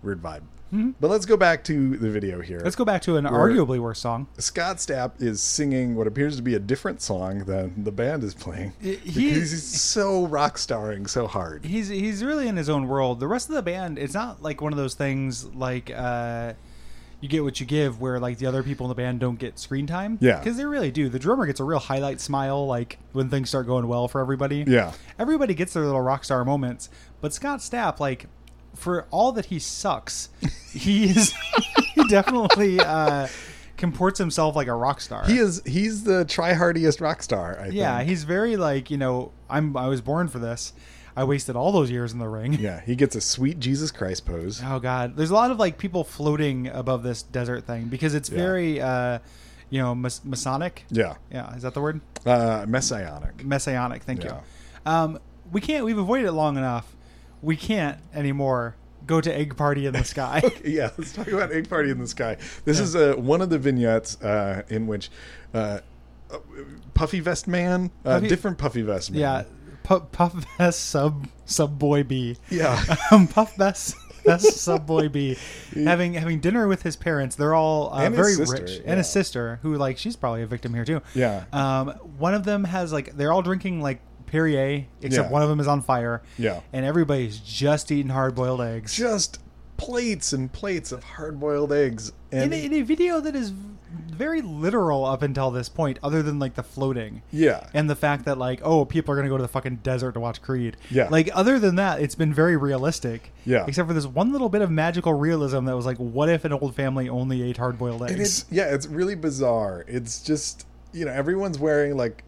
[SPEAKER 2] weird vibe. But let's go back to the video here.
[SPEAKER 3] Mm-hmm. Let's go back to an
[SPEAKER 2] We're-
[SPEAKER 3] arguably worse song.
[SPEAKER 2] Scott Stapp is singing what appears to be a different song than the band is playing.
[SPEAKER 3] he-
[SPEAKER 2] because [LAUGHS] he's so rock starring so hard.
[SPEAKER 3] he's he's really in his own world. The rest of the band, it's not like one of those things like uh, you get what you give, where like the other people in the band don't get screen time.
[SPEAKER 2] Yeah.
[SPEAKER 3] because they really do. The drummer gets a real highlight smile, like when things start going well for everybody.
[SPEAKER 2] Yeah.
[SPEAKER 3] everybody gets their little rock star moments, but Scott Stapp, like for all that
[SPEAKER 2] [LAUGHS]
[SPEAKER 3] he sucks, he is he definitely uh, comports himself like a rock star.
[SPEAKER 2] He is he's the try hardiest rock star. I
[SPEAKER 3] Yeah,
[SPEAKER 2] think.
[SPEAKER 3] he's very like you know I'm I was born for this. I wasted all those years in the ring.
[SPEAKER 2] yeah. He gets a sweet Jesus Christ pose.
[SPEAKER 3] Oh God, there's a lot of like people floating above this desert thing because it's very, uh, you know, mas- Masonic.
[SPEAKER 2] Yeah,
[SPEAKER 3] Yeah, is that the word?
[SPEAKER 2] uh, messianic.
[SPEAKER 3] Messianic. Thank
[SPEAKER 2] Yeah.
[SPEAKER 3] you. Um, we can't. We've avoided it long enough. We can't anymore go to egg party in the sky.
[SPEAKER 2] [LAUGHS] yeah, let's talk about Egg Party in the Sky. This is uh, one of the vignettes uh, in which uh, uh, Puffy Vest Man, uh,
[SPEAKER 3] Puffy-
[SPEAKER 2] different Puffy Vest Man.
[SPEAKER 3] yeah, Pu- Puff Vest sub sub boy B.
[SPEAKER 2] Yeah.
[SPEAKER 3] [LAUGHS] Um, Puff Vest. That's sub boy B
[SPEAKER 2] [LAUGHS]
[SPEAKER 3] having having dinner with his parents. They're all uh,
[SPEAKER 2] And
[SPEAKER 3] very
[SPEAKER 2] his sister,
[SPEAKER 3] rich,
[SPEAKER 2] yeah.
[SPEAKER 3] and his sister, who like she's probably a victim here too.
[SPEAKER 2] Yeah.
[SPEAKER 3] Um, one of them has like they're all drinking like Perrier, except
[SPEAKER 2] Yeah.
[SPEAKER 3] one of them is on fire.
[SPEAKER 2] Yeah.
[SPEAKER 3] And everybody's just eating hard boiled eggs
[SPEAKER 2] Just plates and plates of hard boiled eggs. And
[SPEAKER 3] in, a, in a video that is very literal up until this point, other than like the floating.
[SPEAKER 2] yeah.
[SPEAKER 3] And the fact that like oh people are gonna go to the fucking desert to watch Creed
[SPEAKER 2] Yeah.
[SPEAKER 3] like other than that it's been very realistic
[SPEAKER 2] Yeah.
[SPEAKER 3] except for this one little bit of magical realism that was like what if an old family only ate hard boiled eggs
[SPEAKER 2] And it's yeah, it's really bizarre. It's just you know everyone's wearing like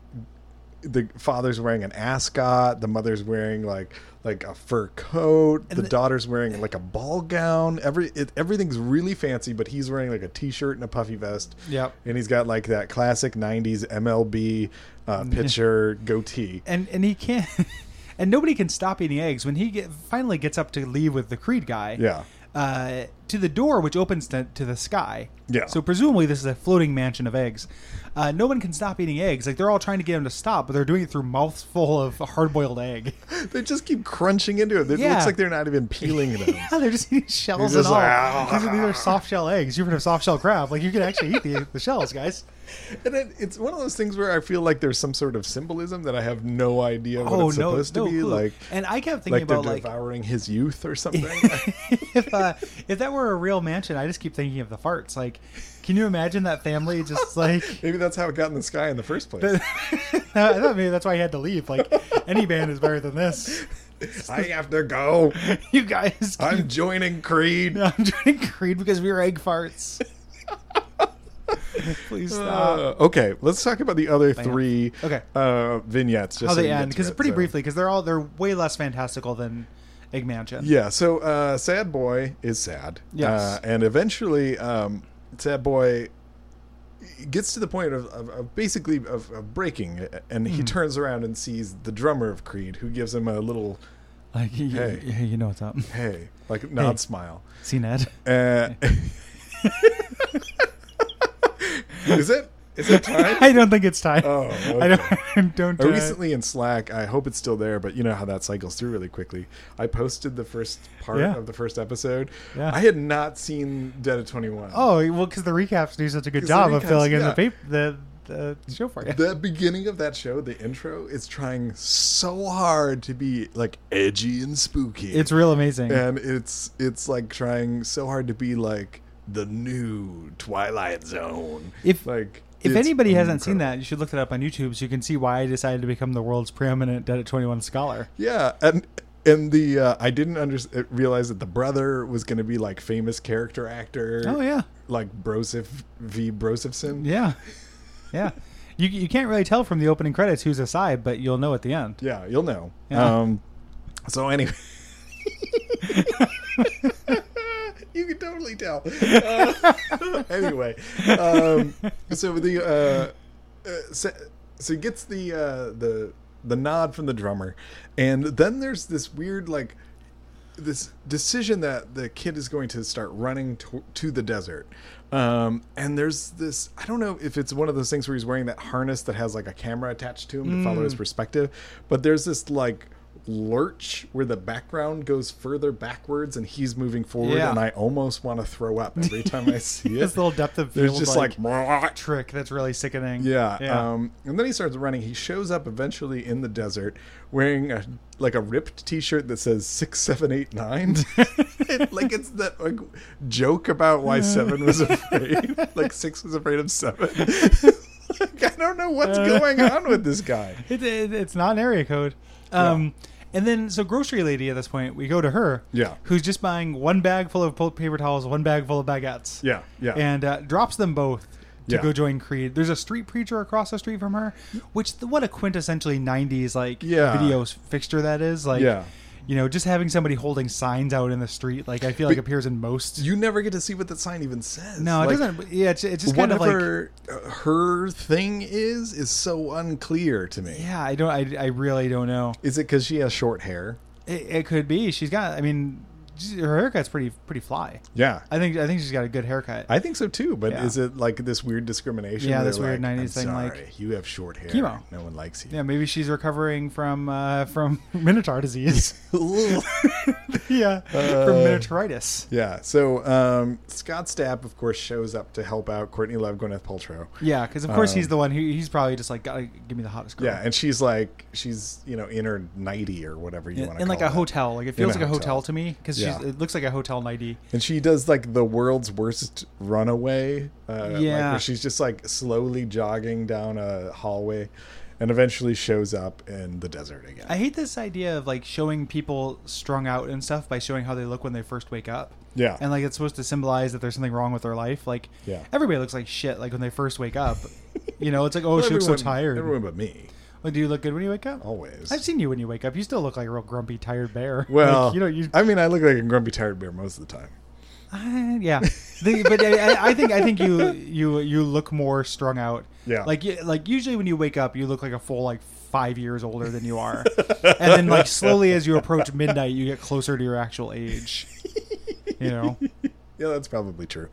[SPEAKER 2] the father's wearing an ascot, the mother's wearing like like a fur coat, the,
[SPEAKER 3] the-
[SPEAKER 2] daughter's wearing like a ball gown. Every it, everything's really fancy, but he's wearing like a t-shirt and a puffy vest.
[SPEAKER 3] Yep.
[SPEAKER 2] and he's got like that classic '90s MLB
[SPEAKER 3] [LAUGHS]
[SPEAKER 2] uh, pitcher goatee.
[SPEAKER 3] and and he can't [LAUGHS] and nobody can stop eating eggs when he get, finally gets up to leave with the creed guy
[SPEAKER 2] Yeah.
[SPEAKER 3] uh, to the door which opens to, to the sky
[SPEAKER 2] Yeah.
[SPEAKER 3] So presumably this is a floating mansion of eggs. Uh, no one can stop eating eggs. Like they're all trying to get him to stop, but they're doing it through mouths full of hard-boiled egg. [LAUGHS]
[SPEAKER 2] They just keep crunching into it. It
[SPEAKER 3] Yeah.
[SPEAKER 2] looks like they're not even peeling them.
[SPEAKER 3] [LAUGHS] yeah, they're just eating shells
[SPEAKER 2] They're just
[SPEAKER 3] and all.
[SPEAKER 2] like, "Ah."
[SPEAKER 3] these, are, these are soft shell eggs. You can have soft shell crab. Like you can actually eat the, the shells, guys.
[SPEAKER 2] And it, it's one of those things where I feel like there's some sort of symbolism that I have no idea what
[SPEAKER 3] oh
[SPEAKER 2] it's
[SPEAKER 3] no,
[SPEAKER 2] supposed
[SPEAKER 3] no
[SPEAKER 2] to be.
[SPEAKER 3] clue.
[SPEAKER 2] Like,
[SPEAKER 3] and I kept thinking
[SPEAKER 2] like they're
[SPEAKER 3] about like
[SPEAKER 2] devouring his youth or
[SPEAKER 3] [LAUGHS]
[SPEAKER 2] something.
[SPEAKER 3] if uh, if that were a real mansion, I just keep thinking of the farts. Like, can you imagine that family just [LAUGHS] like?
[SPEAKER 2] Maybe that's how it got in the sky in the first place.
[SPEAKER 3] [LAUGHS] I thought maybe that's why he had to leave. Like, any band is better than this. [LAUGHS]
[SPEAKER 2] I have to go.
[SPEAKER 3] You guys,
[SPEAKER 2] I'm joining Creed.
[SPEAKER 3] [LAUGHS] I'm doing Creed because we were egg farts. [LAUGHS] Please stop.
[SPEAKER 2] Uh, okay, let's talk about the other three
[SPEAKER 3] Okay.
[SPEAKER 2] uh, vignettes. Just
[SPEAKER 3] How
[SPEAKER 2] so
[SPEAKER 3] they
[SPEAKER 2] you can
[SPEAKER 3] Oh, end?
[SPEAKER 2] get
[SPEAKER 3] Because
[SPEAKER 2] to it,
[SPEAKER 3] pretty
[SPEAKER 2] so.
[SPEAKER 3] briefly, because they're all they're way less fantastical than Egg Mansion.
[SPEAKER 2] Yeah, so uh, Sad Boy is sad.
[SPEAKER 3] Yes.
[SPEAKER 2] Uh, and eventually, um, Sad Boy gets to the point of, of, of basically of, of breaking, and
[SPEAKER 3] Hmm.
[SPEAKER 2] he turns around and sees the drummer of Creed, who gives him a little
[SPEAKER 3] Like, you,
[SPEAKER 2] Hey.
[SPEAKER 3] you- you know what's up. [LAUGHS]
[SPEAKER 2] hey, like nod smile.
[SPEAKER 3] See Ned.
[SPEAKER 2] Uh, [LAUGHS] is it? Is it time?
[SPEAKER 3] [LAUGHS] I don't think it's time.
[SPEAKER 2] Oh,
[SPEAKER 3] I don't.
[SPEAKER 2] okay.
[SPEAKER 3] I [LAUGHS] don't.
[SPEAKER 2] I
[SPEAKER 3] uh,
[SPEAKER 2] recently in Slack, I hope it's still there, but you know how that cycles through really quickly. I posted the first part
[SPEAKER 3] Yeah.
[SPEAKER 2] of the first episode.
[SPEAKER 3] Yeah.
[SPEAKER 2] I had not seen Dead of 21.
[SPEAKER 3] Oh well, because the recaps do such a good
[SPEAKER 2] 'Cause the
[SPEAKER 3] job of
[SPEAKER 2] recaps,
[SPEAKER 3] filling in
[SPEAKER 2] yeah.
[SPEAKER 3] the paper, the, the show for you.
[SPEAKER 2] The beginning of that show, the intro, is trying so hard to be like edgy and spooky.
[SPEAKER 3] it's real amazing.
[SPEAKER 2] and it's it's like trying so hard to be like the new Twilight Zone.
[SPEAKER 3] If-
[SPEAKER 2] like
[SPEAKER 3] if
[SPEAKER 2] it's
[SPEAKER 3] anybody hasn't seen
[SPEAKER 2] incredible.
[SPEAKER 3] that, you should look it up on YouTube so you can see why I decided to become the world's preeminent Dead at 21 scholar.
[SPEAKER 2] Yeah, and and the uh, I didn't under- realize that the brother was going to be like famous character actor.
[SPEAKER 3] Oh, yeah.
[SPEAKER 2] like Brosif v Brosifson.
[SPEAKER 3] Yeah. Yeah. you, you can't really tell from the opening credits who's aside, but you'll know at the end.
[SPEAKER 2] yeah, you'll know.
[SPEAKER 3] Yeah.
[SPEAKER 2] Um, so anyway. [LAUGHS] You can totally tell. Uh, [LAUGHS] anyway, um, so the uh, uh, so, so he gets the uh, the the nod from the drummer, and then there's this weird like this decision that the kid is going to start running to, to the desert. Um, and there's this I don't know if it's one of those things where he's wearing that harness that has like a camera attached to him to follow his perspective, but there's this like lurch where the background goes further backwards and he's moving forward
[SPEAKER 3] Yeah.
[SPEAKER 2] and I almost want to throw up every time I see
[SPEAKER 3] This
[SPEAKER 2] it.
[SPEAKER 3] little depth of
[SPEAKER 2] There's
[SPEAKER 3] field,
[SPEAKER 2] just like,
[SPEAKER 3] like,
[SPEAKER 2] [LAUGHS] "Mwah."
[SPEAKER 3] trick that's really sickening.
[SPEAKER 2] Yeah.
[SPEAKER 3] Yeah.
[SPEAKER 2] Um, and then he starts running. He shows up eventually in the desert wearing a like a ripped T-shirt that says six seven eight
[SPEAKER 3] [LAUGHS]
[SPEAKER 2] nine. [LAUGHS] like it's that like joke about why seven
[SPEAKER 3] [LAUGHS]
[SPEAKER 2] was afraid. [LAUGHS] like six was afraid of seven. like, I don't know
[SPEAKER 3] Uh,
[SPEAKER 2] what's
[SPEAKER 3] [LAUGHS]
[SPEAKER 2] going on with this guy.
[SPEAKER 3] It, it, it's not an area code. Um, And then, so grocery lady at this point, we go to her.
[SPEAKER 2] Yeah.
[SPEAKER 3] Who's just buying one bag full of pul- paper towels, one bag full of baguettes.
[SPEAKER 2] Yeah. Yeah.
[SPEAKER 3] And uh, drops them both to
[SPEAKER 2] Yeah.
[SPEAKER 3] go join Creed. There's a street preacher across the street from her, which what a quintessentially '90s like
[SPEAKER 2] Yeah.
[SPEAKER 3] video s- fixture that is. Like,
[SPEAKER 2] Yeah.
[SPEAKER 3] you know, just having somebody holding signs out in the street, like I feel like
[SPEAKER 2] But-
[SPEAKER 3] appears in most.
[SPEAKER 2] you never get to see what that sign even says.
[SPEAKER 3] no, it
[SPEAKER 2] Like,
[SPEAKER 3] doesn't. but Yeah, it's, it's just kind of like.
[SPEAKER 2] Whatever uh, her thing is is so unclear to me.
[SPEAKER 3] Yeah, I don't. I, I really don't know.
[SPEAKER 2] Is it because she has short hair?
[SPEAKER 3] It, it could be. She's got. I mean, she- her haircut's pretty pretty fly.
[SPEAKER 2] Yeah,
[SPEAKER 3] I think I think she's got a good haircut.
[SPEAKER 2] I think so too, but
[SPEAKER 3] Yeah.
[SPEAKER 2] is it like this weird discrimination?
[SPEAKER 3] Yeah,
[SPEAKER 2] where
[SPEAKER 3] this
[SPEAKER 2] they're
[SPEAKER 3] weird
[SPEAKER 2] like,
[SPEAKER 3] 90s
[SPEAKER 2] "I'm
[SPEAKER 3] thing, like,
[SPEAKER 2] sorry, you have short hair.
[SPEAKER 3] chemo."
[SPEAKER 2] No one likes you.
[SPEAKER 3] yeah, maybe she's recovering from uh, from [LAUGHS]
[SPEAKER 2] [LAUGHS]
[SPEAKER 3] Minotaur disease. [LAUGHS] yeah, from Minotauritis.
[SPEAKER 2] Uh, yeah. So um, Scott Stapp, of course, shows up to help out Courtney Love, Gwyneth Paltrow.
[SPEAKER 3] Yeah, because of course he's the one who he's probably just like, gotta give me the hottest girl.
[SPEAKER 2] uh, Yeah, and she's like, she's you know in her nighty or whatever you
[SPEAKER 3] in,
[SPEAKER 2] want to
[SPEAKER 3] in,
[SPEAKER 2] call
[SPEAKER 3] like a
[SPEAKER 2] it.
[SPEAKER 3] hotel. Like it feels
[SPEAKER 2] a
[SPEAKER 3] like a hotel,
[SPEAKER 2] hotel.
[SPEAKER 3] to me because
[SPEAKER 2] Yeah.
[SPEAKER 3] it looks like a hotel nighty.
[SPEAKER 2] And she does like the world's worst runaway. Uh, like,
[SPEAKER 3] Yeah.
[SPEAKER 2] where she's just like slowly jogging down a hallway, and eventually shows up in the desert again.
[SPEAKER 3] I hate this idea of like showing people strung out and stuff by showing how they look when they first wake up.
[SPEAKER 2] Yeah.
[SPEAKER 3] and like it's supposed to symbolize that there's something wrong with their life. Like
[SPEAKER 2] Yeah.
[SPEAKER 3] everybody looks like shit like when they first wake up. you know, it's like oh
[SPEAKER 2] [LAUGHS]
[SPEAKER 3] she looks so
[SPEAKER 2] Everyone-
[SPEAKER 3] tired.
[SPEAKER 2] Everyone Oh. but me.
[SPEAKER 3] Well, do you look good when you wake up?
[SPEAKER 2] Always.
[SPEAKER 3] I've seen you when you wake up. You still look like a real grumpy, tired bear. [LAUGHS]
[SPEAKER 2] Well,
[SPEAKER 3] Like, you know, you.
[SPEAKER 2] I mean, I look like a grumpy, tired bear most of the time. [LAUGHS]
[SPEAKER 3] Uh, yeah, The- but I, I- I think I think you you you look more strung out.
[SPEAKER 2] Yeah.
[SPEAKER 3] like you- like usually when you wake up, you look like a full like five years older than you are, and then
[SPEAKER 2] [LAUGHS]
[SPEAKER 3] like slowly as you approach midnight, you get closer to your actual age. You know,
[SPEAKER 2] yeah, that's probably true.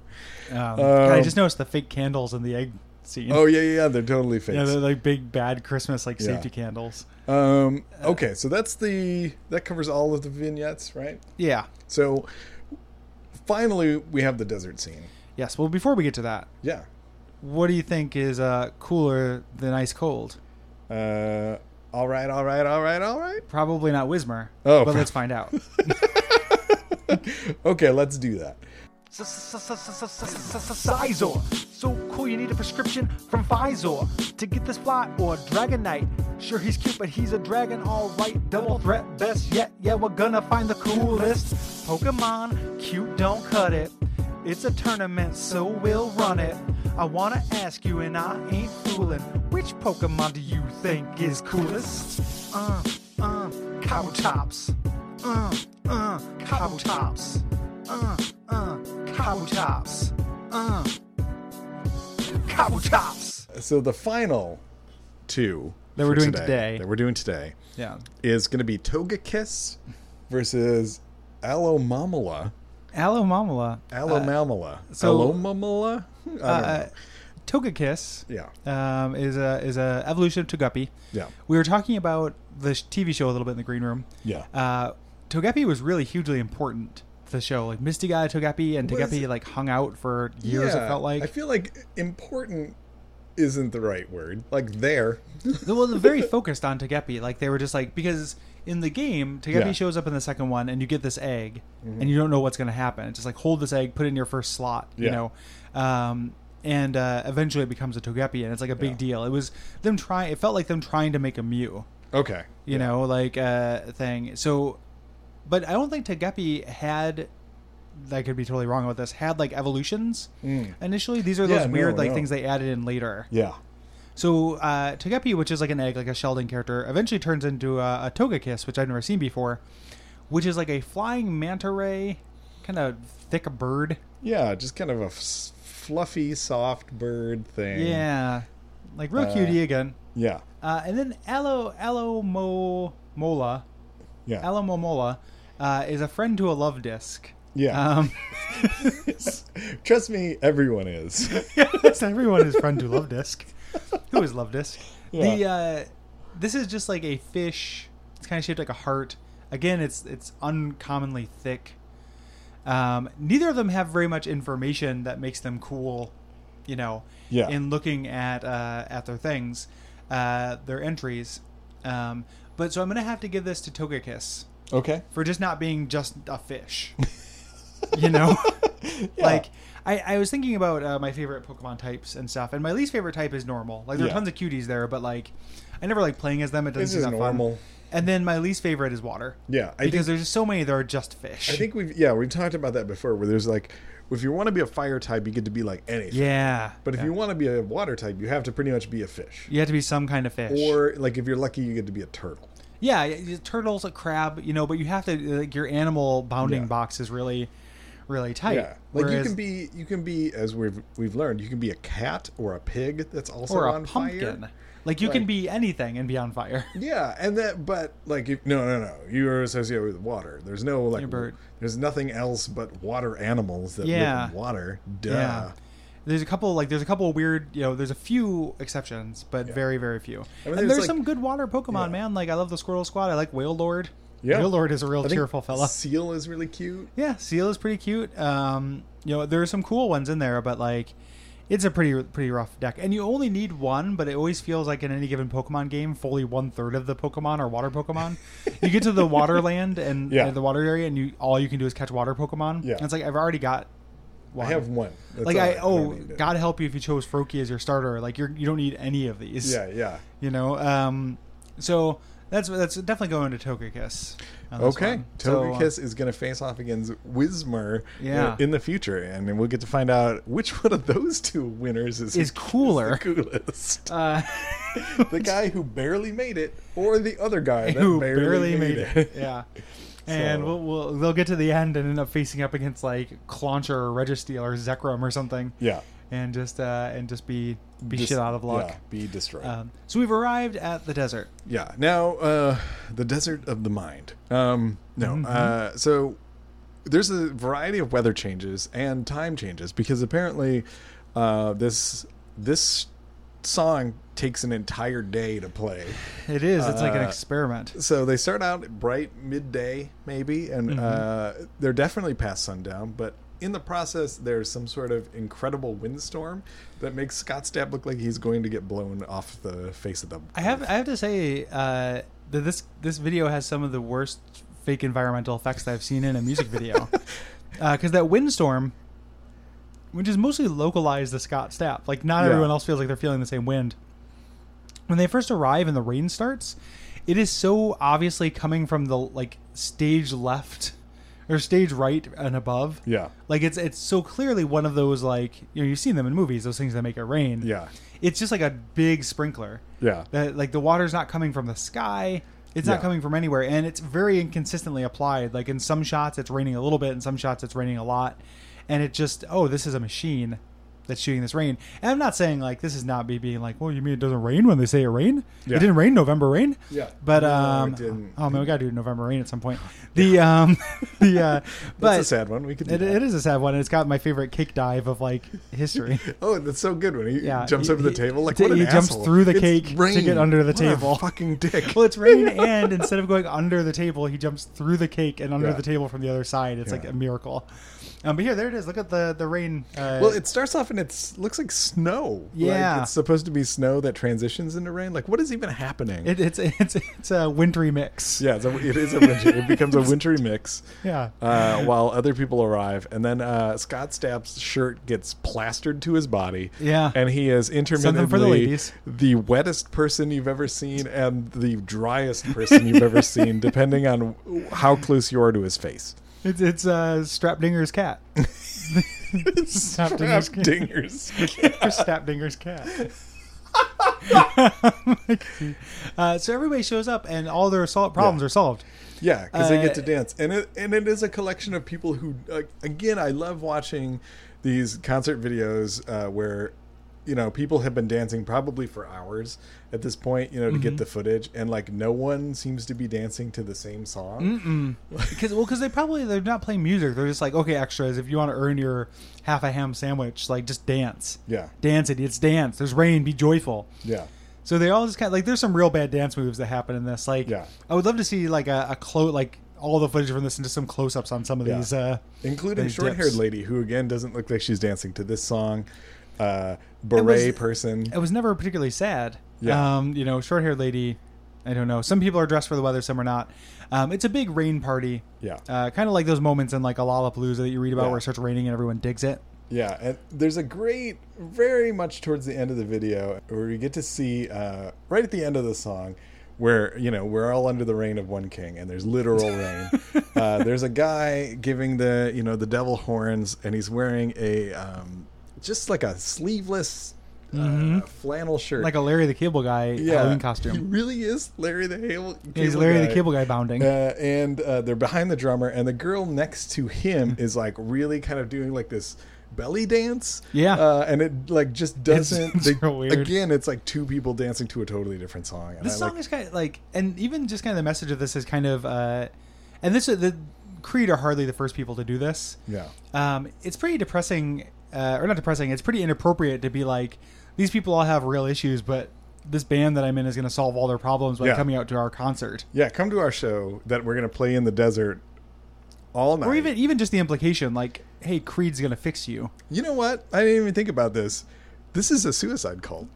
[SPEAKER 3] Um, God, I just noticed the fake candles in the egg scene.
[SPEAKER 2] Oh yeah, yeah, yeah, they're totally fake.
[SPEAKER 3] yeah, they're like big bad Christmas like
[SPEAKER 2] Yeah.
[SPEAKER 3] safety candles.
[SPEAKER 2] um, okay, so that's the that covers all of the vignettes, right?
[SPEAKER 3] Yeah.
[SPEAKER 2] So finally, we have the desert scene.
[SPEAKER 3] Yes. Well, before we get to that,
[SPEAKER 2] Yeah,
[SPEAKER 3] what do you think is uh, cooler than ice cold?
[SPEAKER 2] Uh, all right, all right, all right, all right.
[SPEAKER 3] Probably not Wismer.
[SPEAKER 2] Oh,
[SPEAKER 3] but
[SPEAKER 2] pro-
[SPEAKER 3] let's find
[SPEAKER 2] [LAUGHS]
[SPEAKER 3] out.
[SPEAKER 2] Okay, let's do that.
[SPEAKER 1] Sizor. So cool, you need a prescription from Pfizer to get this fly or Dragonite. Sure, he's cute, but he's a dragon, alright. Double threat, best yet. Yeah, we're gonna find the coolest Pokemon. Cute, don't cut it. It's a tournament, so we'll run it. I wanna ask you, and I ain't fooling. Which Pokemon do you think is coolest? Uh, uh, Cowtops. Uh, uh, Cowtops. Uh, uh, Cowtops. Uh, Cowtops.
[SPEAKER 2] So the final two
[SPEAKER 3] That we're
[SPEAKER 2] for
[SPEAKER 3] doing today.
[SPEAKER 2] that we're doing today,
[SPEAKER 3] yeah.
[SPEAKER 2] is going to be Togekiss versus Allomamala.
[SPEAKER 3] Alomamala.
[SPEAKER 2] Allomamala.
[SPEAKER 3] Uh, so-
[SPEAKER 2] Allomamala. I don't
[SPEAKER 3] Uh,
[SPEAKER 2] know.
[SPEAKER 3] Togekiss
[SPEAKER 2] Yeah.
[SPEAKER 3] um, is a is a evolution of Togepi.
[SPEAKER 2] Yeah.
[SPEAKER 3] We were talking about the sh- TV show a little bit in the green room.
[SPEAKER 2] Yeah.
[SPEAKER 3] Uh, Togepi was really hugely important to the show. Like Misty got a Togepi, and
[SPEAKER 2] Was
[SPEAKER 3] Togepi
[SPEAKER 2] it-
[SPEAKER 3] like hung out for years.
[SPEAKER 2] yeah,
[SPEAKER 3] It felt like
[SPEAKER 2] I feel like important isn't the right word. Like there. [LAUGHS]
[SPEAKER 3] well, they're very focused on Togepi. Like they were just like because in the game, Togepi
[SPEAKER 2] Yeah. Mm-hmm.
[SPEAKER 3] shows up in the second one, and you get this egg, and you don't know what's going to happen. It's just like hold this egg, put it in your first slot, you
[SPEAKER 2] Yeah.
[SPEAKER 3] know, um, and uh, eventually it becomes a Togepi, and it's like a big
[SPEAKER 2] Yeah.
[SPEAKER 3] deal. It was them trying. It felt like them trying to make a Mew,
[SPEAKER 2] Okay.
[SPEAKER 3] you know, like uh, thing. So, but I don't think Togepi had. I could be totally wrong about this. Had like evolutions initially. These are
[SPEAKER 2] Mm. Yeah,
[SPEAKER 3] those weird
[SPEAKER 2] no,
[SPEAKER 3] like
[SPEAKER 2] no.
[SPEAKER 3] things they added in later.
[SPEAKER 2] Yeah.
[SPEAKER 3] So uh, Togepi, which is like an egg, like a Sheldon character, eventually turns into a, a Togekiss, which I've never seen before, which is like a flying manta ray, kind of thick bird.
[SPEAKER 2] Yeah. Just kind of a f- fluffy, soft bird thing.
[SPEAKER 3] Yeah, like real
[SPEAKER 2] Uh,
[SPEAKER 3] cutie again.
[SPEAKER 2] Yeah.
[SPEAKER 3] Uh, and then Alo Alomo Mola,
[SPEAKER 2] Yeah.
[SPEAKER 3] Alomomola, uh, is a friend to a love disc.
[SPEAKER 2] yeah.
[SPEAKER 3] Um,
[SPEAKER 2] Trust me, everyone
[SPEAKER 3] [LAUGHS]
[SPEAKER 2] is.
[SPEAKER 3] yes, everyone is friend to love disc. Who is love disc? The
[SPEAKER 2] Yeah.
[SPEAKER 3] uh, this is just like a fish. It's kind of shaped like a heart. Again, it's it's uncommonly thick. Um, neither of them have very much information that makes them cool. You know,
[SPEAKER 2] Yeah.
[SPEAKER 3] in looking at uh, at their things, uh, their entries. Um, but so I'm gonna have to give this to Togekiss
[SPEAKER 2] Okay.
[SPEAKER 3] for just not being just
[SPEAKER 2] [LAUGHS]
[SPEAKER 3] a fish. you know, like I, I was thinking about uh, my favorite Pokemon types and stuff, and my least favorite type is normal. Like there are
[SPEAKER 2] Yeah.
[SPEAKER 3] tons of cuties there, but like I never like playing as them. It doesn't
[SPEAKER 2] This
[SPEAKER 3] seem
[SPEAKER 2] is
[SPEAKER 3] that
[SPEAKER 2] normal.
[SPEAKER 3] fun. And then my least favorite is water.
[SPEAKER 2] Yeah, I
[SPEAKER 3] because
[SPEAKER 2] think
[SPEAKER 3] there's just so many that are just fish.
[SPEAKER 2] I think we've yeah we've talked about that before. Where there's like, if you want to be a fire type, you get to be like anything.
[SPEAKER 3] yeah,
[SPEAKER 2] But if
[SPEAKER 3] Yeah.
[SPEAKER 2] you want to be a water type, you have to pretty much be a fish.
[SPEAKER 3] you have to be some kind of fish,
[SPEAKER 2] Or like if you're lucky, you get to be a turtle.
[SPEAKER 3] yeah, y- y- turtles, a crab, you know. But you have to like your animal bounding
[SPEAKER 2] Yeah.
[SPEAKER 3] box is really, really tight.
[SPEAKER 2] Yeah, like you
[SPEAKER 3] Whereas-
[SPEAKER 2] can be you can be as we've we've learned you can be a cat or a pig that's also
[SPEAKER 3] or a
[SPEAKER 2] on
[SPEAKER 3] pumpkin.
[SPEAKER 2] fire.
[SPEAKER 3] Like you can
[SPEAKER 2] Like-
[SPEAKER 3] be anything and be on fire. [LAUGHS]
[SPEAKER 2] Yeah, and that but like you, no no no you are associated with water. There's no like
[SPEAKER 3] You're a bird.
[SPEAKER 2] there's nothing else but water animals that
[SPEAKER 3] Yeah.
[SPEAKER 2] live in water. Duh.
[SPEAKER 3] Yeah. There's a couple like there's a couple weird you know there's a few exceptions but very very few.
[SPEAKER 2] I mean,
[SPEAKER 3] and
[SPEAKER 2] there's,
[SPEAKER 3] there's
[SPEAKER 2] like-
[SPEAKER 3] some good water Pokemon
[SPEAKER 2] Yeah.
[SPEAKER 3] man. Like I love the Squirrel Squad. I like Whale Lord.
[SPEAKER 2] Yeah.
[SPEAKER 3] Whale Lord is a real
[SPEAKER 2] I think
[SPEAKER 3] cheerful fella.
[SPEAKER 2] Seal is really cute.
[SPEAKER 3] Yeah, Seal is pretty cute. Um, you know there are some cool ones in there, but like it's a pretty pretty rough deck. And you only need one, but it always feels like in any given Pokemon game, fully one third of the Pokemon are water Pokemon. you get to
[SPEAKER 2] [LAUGHS]
[SPEAKER 3] the water land and
[SPEAKER 2] Yeah.
[SPEAKER 3] and the water area, and you all you can do is catch water Pokemon.
[SPEAKER 2] Yeah.
[SPEAKER 3] And it's like I've already got.
[SPEAKER 2] I
[SPEAKER 3] One.
[SPEAKER 2] have one. That's
[SPEAKER 3] like
[SPEAKER 2] all
[SPEAKER 3] I,
[SPEAKER 2] right.
[SPEAKER 3] oh
[SPEAKER 2] don't need it.
[SPEAKER 3] God help you if you chose Froakie as your starter. Like you're you don't need any of these.
[SPEAKER 2] Yeah, yeah.
[SPEAKER 3] You know. Um. So that's that's definitely going to Togekiss. on this
[SPEAKER 2] Okay,
[SPEAKER 3] one. So, uh,
[SPEAKER 2] Togekiss is going to face off against Wismer
[SPEAKER 3] Yeah.
[SPEAKER 2] in the future, and then we'll get to find out which one of those two winners [LAUGHS] is,
[SPEAKER 3] Is cooler.
[SPEAKER 2] the coolest.
[SPEAKER 3] uh, [LAUGHS]
[SPEAKER 2] the guy who barely made it, or the other
[SPEAKER 3] [LAUGHS]
[SPEAKER 2] guy that
[SPEAKER 3] who
[SPEAKER 2] barely, made, it.
[SPEAKER 3] Yeah. And
[SPEAKER 2] So-
[SPEAKER 3] we'll, we'll they'll get to the end and end up facing up against like Clauncher or Registeel or Zekrom or something.
[SPEAKER 2] [LAUGHS] yeah,
[SPEAKER 3] And just uh and just be be
[SPEAKER 2] Just-
[SPEAKER 3] shit out of luck.
[SPEAKER 2] yeah, be destroyed.
[SPEAKER 3] Um, so we've arrived at the desert.
[SPEAKER 2] yeah.
[SPEAKER 3] Mm-hmm.
[SPEAKER 2] Now, uh, the desert of the mind. Um, no. Uh, so there's a variety of weather changes and time changes because apparently uh, this this song takes an entire day to play.
[SPEAKER 3] It is. It's like an
[SPEAKER 2] Uh,
[SPEAKER 3] experiment.
[SPEAKER 2] So they start out at bright midday maybe, and
[SPEAKER 3] Mm-hmm.
[SPEAKER 2] uh, they're definitely past sundown, but. In the process, there's some sort of incredible windstorm that makes Scott Stapp look like he's going to get blown off the face of the.
[SPEAKER 3] I have I have to say uh, that this this video has some of the worst fake environmental effects that I've seen in a music
[SPEAKER 2] [LAUGHS]
[SPEAKER 3] video. Because that windstorm, which is mostly localized to Scott Stapp, like not
[SPEAKER 2] Yeah.
[SPEAKER 3] everyone else feels like they're feeling the same wind. When they first arrive and the rain starts, it is so obviously coming from the like stage left [LAUGHS] or stage right and above.
[SPEAKER 2] Yeah.
[SPEAKER 3] Like it's it's so clearly one of those like you know you've seen them in movies those things that make it rain.
[SPEAKER 2] Yeah.
[SPEAKER 3] It's just like a big sprinkler.
[SPEAKER 2] Yeah.
[SPEAKER 3] That Uh, like the water's not coming from the sky. It's
[SPEAKER 2] Yeah.
[SPEAKER 3] not coming from anywhere, and it's very inconsistently applied. Like in some shots, it's raining a little bit, in some shots, it's raining a lot, and it just oh, this is a machine that's shooting this rain. And I'm not saying like this is not me being like, well, you mean it doesn't rain when they say it rain?
[SPEAKER 2] Yeah.
[SPEAKER 3] It didn't rain November rain.
[SPEAKER 2] Yeah.
[SPEAKER 3] but
[SPEAKER 2] No, it
[SPEAKER 3] um,
[SPEAKER 2] didn't.
[SPEAKER 3] oh man, we gotta do November rain at
[SPEAKER 2] [LAUGHS]
[SPEAKER 3] some point. The um, [LAUGHS] the uh, but
[SPEAKER 2] That's a sad one. We could. do
[SPEAKER 3] it,
[SPEAKER 2] that.
[SPEAKER 3] it is a sad one. and It's got my favorite cake dive of like
[SPEAKER 2] [LAUGHS]
[SPEAKER 3] history.
[SPEAKER 2] Oh, that's so good when he
[SPEAKER 3] Yeah,
[SPEAKER 2] jumps
[SPEAKER 3] he-
[SPEAKER 2] over the
[SPEAKER 3] he-
[SPEAKER 2] table. Like
[SPEAKER 3] he
[SPEAKER 2] what an
[SPEAKER 3] jumps
[SPEAKER 2] asshole.
[SPEAKER 3] through the
[SPEAKER 2] It's
[SPEAKER 3] cake to
[SPEAKER 2] rain.
[SPEAKER 3] get under the
[SPEAKER 2] What a
[SPEAKER 3] table. [LAUGHS]
[SPEAKER 2] fucking dick.
[SPEAKER 3] well, it's
[SPEAKER 2] [LAUGHS]
[SPEAKER 3] rain, and instead of going under the table, he jumps through the cake and under
[SPEAKER 2] Yeah.
[SPEAKER 3] the table from the other side. It's like
[SPEAKER 2] Yeah.
[SPEAKER 3] a miracle. Um, but here, there it is. Look at the the rain. Uh,
[SPEAKER 2] Well, it starts off and it looks like snow.
[SPEAKER 3] Yeah.
[SPEAKER 2] like, it's supposed to be snow that transitions into rain. Like, what is even happening?
[SPEAKER 3] it, it's it's it's a wintry mix.
[SPEAKER 2] yeah, it's a, it is a winter. it becomes
[SPEAKER 3] [LAUGHS]
[SPEAKER 2] a wintry mix.
[SPEAKER 3] Yeah.
[SPEAKER 2] Uh, while other people arrive, and then uh, Scott Stapp's shirt gets plastered to his body.
[SPEAKER 3] Yeah.
[SPEAKER 2] and he is intermittently
[SPEAKER 3] Something for the ladies.
[SPEAKER 2] the wettest person you've ever seen and the driest person you've ever seen, depending on how close you are to his
[SPEAKER 3] [LAUGHS]
[SPEAKER 2] face.
[SPEAKER 3] It's it's uh,
[SPEAKER 2] [LAUGHS]
[SPEAKER 3] Strapdinger's cat. Strapdinger's
[SPEAKER 2] Strap
[SPEAKER 3] cat.
[SPEAKER 2] dingers. [LAUGHS]
[SPEAKER 3] Strapdinger's cat. [LAUGHS] uh, so everybody shows up, and all their sol- problems
[SPEAKER 2] Yeah.
[SPEAKER 3] are solved.
[SPEAKER 2] Yeah, because they get
[SPEAKER 3] Uh,
[SPEAKER 2] to dance, and it and it is a collection of people who, uh, again, I love watching these concert videos uh, where, you know, people have been dancing probably for hours at this point, you know, to
[SPEAKER 3] Mm-hmm.
[SPEAKER 2] get the footage, and like no one seems to be dancing to the same song.
[SPEAKER 3] Because well, because they probably they're not playing music. They're just like, okay, extras. If you want to earn your half a ham sandwich, like just dance.
[SPEAKER 2] Yeah.
[SPEAKER 3] dance idiots, dance. There's rain. Be joyful.
[SPEAKER 2] Yeah,
[SPEAKER 3] So they all just kind of like there's some real bad dance moves that happen in this. Like,
[SPEAKER 2] Yeah.
[SPEAKER 3] I would love to see like a, a close like all the footage from this and just some close ups on some of
[SPEAKER 2] Yeah.
[SPEAKER 3] these. Uh,
[SPEAKER 2] including
[SPEAKER 3] These
[SPEAKER 2] short-haired
[SPEAKER 3] dips.
[SPEAKER 2] lady who again doesn't look like she's dancing to this song. Uh, beret person.
[SPEAKER 3] it was never particularly sad.
[SPEAKER 2] Yeah.
[SPEAKER 3] Um, you know, short haired lady. I don't know. Some people are dressed for the weather, some are not. Um, it's a big rain party.
[SPEAKER 2] Yeah.
[SPEAKER 3] Uh, kind of like those moments in like a Lollapalooza that you read about
[SPEAKER 2] Yeah.
[SPEAKER 3] where it starts raining and everyone digs it.
[SPEAKER 2] Yeah, and there's a great, very much towards the end of the video where we get to see uh, right at the end of the song where you know we're all under the reign of one king and there's literal
[SPEAKER 3] [LAUGHS]
[SPEAKER 2] rain. uh, there's a guy giving the you know the devil horns and he's wearing a um, just like a sleeveless uh, flannel shirt,
[SPEAKER 3] Mm-hmm. Like a Larry the Cable Guy
[SPEAKER 2] [LAUGHS]
[SPEAKER 3] Halloween
[SPEAKER 2] He
[SPEAKER 3] costume.
[SPEAKER 2] really is Larry the Cable. cable
[SPEAKER 3] He's Larry
[SPEAKER 2] guy.
[SPEAKER 3] the Cable Guy bounding.
[SPEAKER 2] Uh, and uh, they're behind the drummer, and the girl next to him
[SPEAKER 3] Mm.
[SPEAKER 2] is like really kind of doing like this belly dance.
[SPEAKER 3] Yeah.
[SPEAKER 2] uh, and it like just doesn't.
[SPEAKER 3] [LAUGHS] it's
[SPEAKER 2] they,
[SPEAKER 3] real weird.
[SPEAKER 2] Again, it's like two people dancing to a totally different song. And
[SPEAKER 3] this
[SPEAKER 2] I
[SPEAKER 3] song
[SPEAKER 2] Uh, like,
[SPEAKER 3] is kind of like, and even just kind of the message of this is kind of, uh, and this the Creed are hardly the first people to do this.
[SPEAKER 2] yeah,
[SPEAKER 3] Um, it's pretty depressing, uh, or not depressing. It's pretty inappropriate to be like, these people all have real issues, but this band that I'm in is going to solve all their problems by
[SPEAKER 2] Yeah.
[SPEAKER 3] coming out to our concert.
[SPEAKER 2] yeah. Come to our show that we're gonna play in the desert all night.
[SPEAKER 3] Or even even just the implication, like, hey, Creed's going to
[SPEAKER 2] [LAUGHS]
[SPEAKER 3] fix you. [LAUGHS]
[SPEAKER 2] you know what? I didn't even think about this. This is a suicide cult.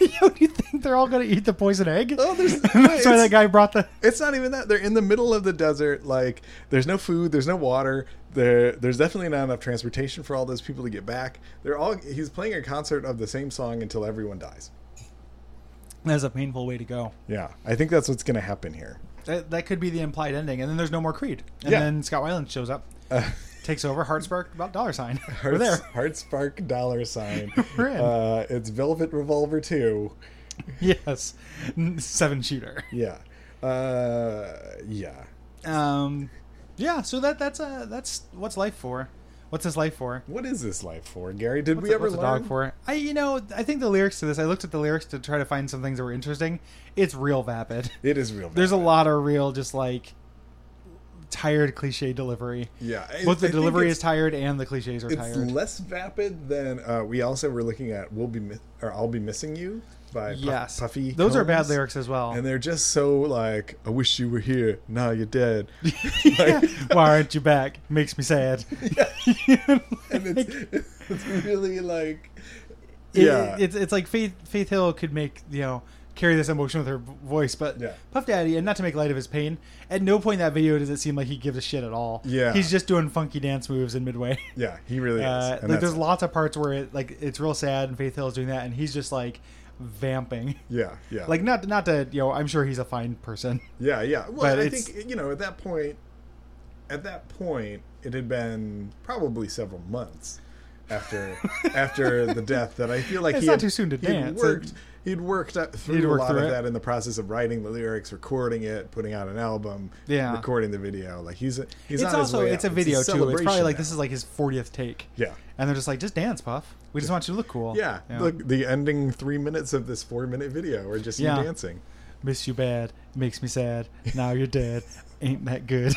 [SPEAKER 3] Yo, do you think they're all going to eat the poison egg?
[SPEAKER 2] Oh, there's
[SPEAKER 3] [LAUGHS] That's why
[SPEAKER 2] it's-
[SPEAKER 3] that guy brought the.
[SPEAKER 2] It's not even that. They're in the middle of the desert. Like, there's no food. There's no water. There, there's definitely not enough transportation for all those people to get back. They're all. He's playing a concert of the same song until everyone dies.
[SPEAKER 3] That's a painful way to go.
[SPEAKER 2] Yeah, I think that's what's going to happen here.
[SPEAKER 3] That, that could be the implied ending, and then there's no more Creed, and
[SPEAKER 2] Yeah. Uh,
[SPEAKER 3] then Scott Weiland shows up, takes over, Heartspark about
[SPEAKER 2] [LAUGHS]
[SPEAKER 3] dollar sign. We're
[SPEAKER 2] Heart,
[SPEAKER 3] there.
[SPEAKER 2] Heart spark dollar sign.
[SPEAKER 3] [LAUGHS] We're in.
[SPEAKER 2] Uh, it's Velvet Revolver two.
[SPEAKER 3] [LAUGHS] Yes, N- seven shooter.
[SPEAKER 2] Yeah. Uh, yeah.
[SPEAKER 3] Um, yeah. So that that's uh that's what's life for. What's his life for?
[SPEAKER 2] What is this life for, Gary? Did
[SPEAKER 3] What's,
[SPEAKER 2] we
[SPEAKER 3] a,
[SPEAKER 2] ever
[SPEAKER 3] what's a
[SPEAKER 2] learn?
[SPEAKER 3] dog for? I you know I think the lyrics to this. I looked at the lyrics to try to find some things that were interesting. It's real vapid. [LAUGHS]
[SPEAKER 2] It is real.
[SPEAKER 3] There's a
[SPEAKER 2] valid.
[SPEAKER 3] lot of real just like tired cliche delivery.
[SPEAKER 2] Yeah, I-
[SPEAKER 3] both
[SPEAKER 2] I
[SPEAKER 3] the
[SPEAKER 2] think
[SPEAKER 3] delivery
[SPEAKER 2] it's-
[SPEAKER 3] is tired and the cliches are
[SPEAKER 2] It's
[SPEAKER 3] tired.
[SPEAKER 2] less vapid than uh, we also were looking at. We'll be mi- or I'll be missing you by Puff-
[SPEAKER 3] yes,
[SPEAKER 2] Puffy.
[SPEAKER 3] Those are bad
[SPEAKER 2] Combs.
[SPEAKER 3] lyrics as well.
[SPEAKER 2] and they're just so like, I wish you were here. Now you're
[SPEAKER 3] [LAUGHS]
[SPEAKER 2] dead. [LAUGHS]
[SPEAKER 3] Why aren't you back? Makes me sad.
[SPEAKER 2] and it's, [LAUGHS] it's really like,
[SPEAKER 3] it-
[SPEAKER 2] yeah,
[SPEAKER 3] it's it's like Faith Faith Hill could make you know carry this emotion with her v- voice, but
[SPEAKER 2] Yeah.
[SPEAKER 3] Puff Daddy, and not to make light of his pain, at no point in that video does it seem like he gives a shit at all.
[SPEAKER 2] Yeah.
[SPEAKER 3] he's just doing funky dance moves in midway.
[SPEAKER 2] yeah. He really is.
[SPEAKER 3] Uh,
[SPEAKER 2] And
[SPEAKER 3] like
[SPEAKER 2] that's-
[SPEAKER 3] there's lots of parts where it like it's real sad, and Faith Hill is doing that, and he's just like vamping. [LAUGHS]
[SPEAKER 2] yeah, yeah,
[SPEAKER 3] Like not not to you know I'm sure he's a fine
[SPEAKER 2] [LAUGHS]
[SPEAKER 3] person.
[SPEAKER 2] yeah, yeah. Well,
[SPEAKER 3] but
[SPEAKER 2] I
[SPEAKER 3] it's-
[SPEAKER 2] think you know at that point, at that point, it had been probably several months
[SPEAKER 3] [LAUGHS]
[SPEAKER 2] after after the death that I feel like
[SPEAKER 3] It's
[SPEAKER 2] he
[SPEAKER 3] not
[SPEAKER 2] had,
[SPEAKER 3] too soon to
[SPEAKER 2] he'd
[SPEAKER 3] dance.
[SPEAKER 2] Worked, he'd worked up through
[SPEAKER 3] He'd worked
[SPEAKER 2] a lot
[SPEAKER 3] through
[SPEAKER 2] of
[SPEAKER 3] it.
[SPEAKER 2] that in the process of writing the lyrics, recording it, putting out an album,
[SPEAKER 3] Yeah.
[SPEAKER 2] recording the video. Like he's a, he's
[SPEAKER 3] It's
[SPEAKER 2] on his
[SPEAKER 3] also
[SPEAKER 2] way
[SPEAKER 3] it's
[SPEAKER 2] up.
[SPEAKER 3] a video too. It's probably
[SPEAKER 2] celebration
[SPEAKER 3] like
[SPEAKER 2] now.
[SPEAKER 3] this is like his 40th take.
[SPEAKER 2] Yeah.
[SPEAKER 3] and they're just like just dance, Puff. We just want you to look cool.
[SPEAKER 2] Yeah, look, the ending three minutes of this four-minute video are just
[SPEAKER 3] Yeah.
[SPEAKER 2] you dancing.
[SPEAKER 3] Miss you bad. Makes me sad. Now you're dead. Ain't
[SPEAKER 2] [LAUGHS]
[SPEAKER 3] that good?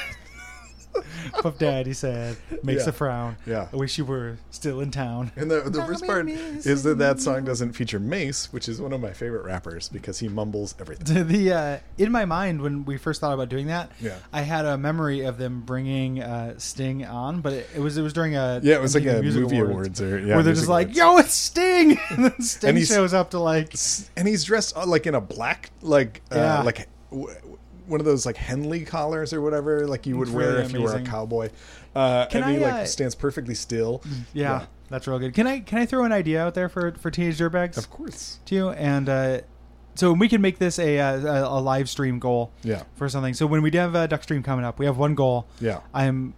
[SPEAKER 3] Puff Daddy sad. Makes
[SPEAKER 2] Yeah.
[SPEAKER 3] a frown.
[SPEAKER 2] Yeah.
[SPEAKER 3] I wish you were still in town.
[SPEAKER 2] And the, the worst
[SPEAKER 3] I'm
[SPEAKER 2] part
[SPEAKER 3] missing
[SPEAKER 2] is that that song doesn't feature Mace, which is one of my favorite rappers because he mumbles everything.
[SPEAKER 3] [LAUGHS] the uh, in my mind when we first thought about doing that,
[SPEAKER 2] Yeah.
[SPEAKER 3] I had a memory of them bringing uh, Sting on, but it, it was it was during a
[SPEAKER 2] Yeah, it was like
[SPEAKER 3] MTV
[SPEAKER 2] a movie awards or- yeah,
[SPEAKER 3] where they're
[SPEAKER 2] music
[SPEAKER 3] just like,
[SPEAKER 2] awards.
[SPEAKER 3] "Yo, it's Sting," [LAUGHS] and then Sting
[SPEAKER 2] he's-
[SPEAKER 3] shows up to like,
[SPEAKER 2] And he's dressed uh, like in a black, like
[SPEAKER 3] Yeah.
[SPEAKER 2] uh, like w- w- one of those like Henley collars or whatever, like you would
[SPEAKER 3] It's
[SPEAKER 2] wear
[SPEAKER 3] really
[SPEAKER 2] if you were a
[SPEAKER 3] amazing.
[SPEAKER 2] cowboy. Uh,
[SPEAKER 3] Can
[SPEAKER 2] and he
[SPEAKER 3] I,
[SPEAKER 2] like
[SPEAKER 3] uh,
[SPEAKER 2] stands perfectly still.
[SPEAKER 3] Mm, yeah, that's real good. Can I can I throw an idea out there for for teenage dirtbags?
[SPEAKER 2] of course.
[SPEAKER 3] to you, and uh, so we can make this a, uh, a a live stream goal.
[SPEAKER 2] Yeah.
[SPEAKER 3] For something. So when we do have a duck stream coming up, we have one goal.
[SPEAKER 2] Yeah.
[SPEAKER 3] I'm.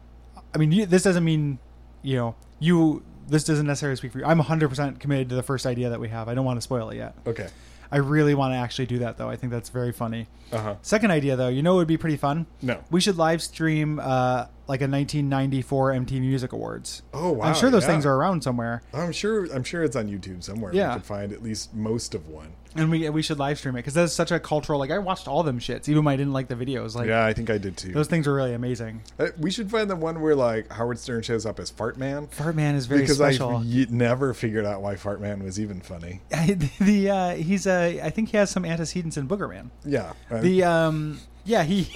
[SPEAKER 3] I mean, you, this doesn't mean you know you. This doesn't necessarily speak for you. I'm 100% committed to the first idea that we have. I don't want to spoil it yet.
[SPEAKER 2] Okay.
[SPEAKER 3] I really want to actually do that though. I think that's very funny.
[SPEAKER 2] Uh huh.
[SPEAKER 3] Second idea though, you know, it would be pretty fun.
[SPEAKER 2] No.
[SPEAKER 3] We should live stream uh, like a 1994 MTV Music Awards.
[SPEAKER 2] Oh, wow,
[SPEAKER 3] I'm sure those
[SPEAKER 2] yeah.
[SPEAKER 3] things are around somewhere.
[SPEAKER 2] I'm sure. I'm sure it's on YouTube somewhere.
[SPEAKER 3] Yeah.
[SPEAKER 2] We can find at least most of one.
[SPEAKER 3] and we we should live stream it because that's such a cultural. Like I watched all them shits, even when I didn't like the videos. Like
[SPEAKER 2] Yeah, I think I did too.
[SPEAKER 3] those things are really amazing.
[SPEAKER 2] Uh, We should find the one where like Howard Stern shows up as Fart Man.
[SPEAKER 3] Fart Man is very
[SPEAKER 2] because
[SPEAKER 3] special.
[SPEAKER 2] I y- never figured out why Fart Man was even funny.
[SPEAKER 3] [LAUGHS] the uh, he's uh, I think he has some antecedents in Booger Man.
[SPEAKER 2] Yeah, uh,
[SPEAKER 3] The um yeah he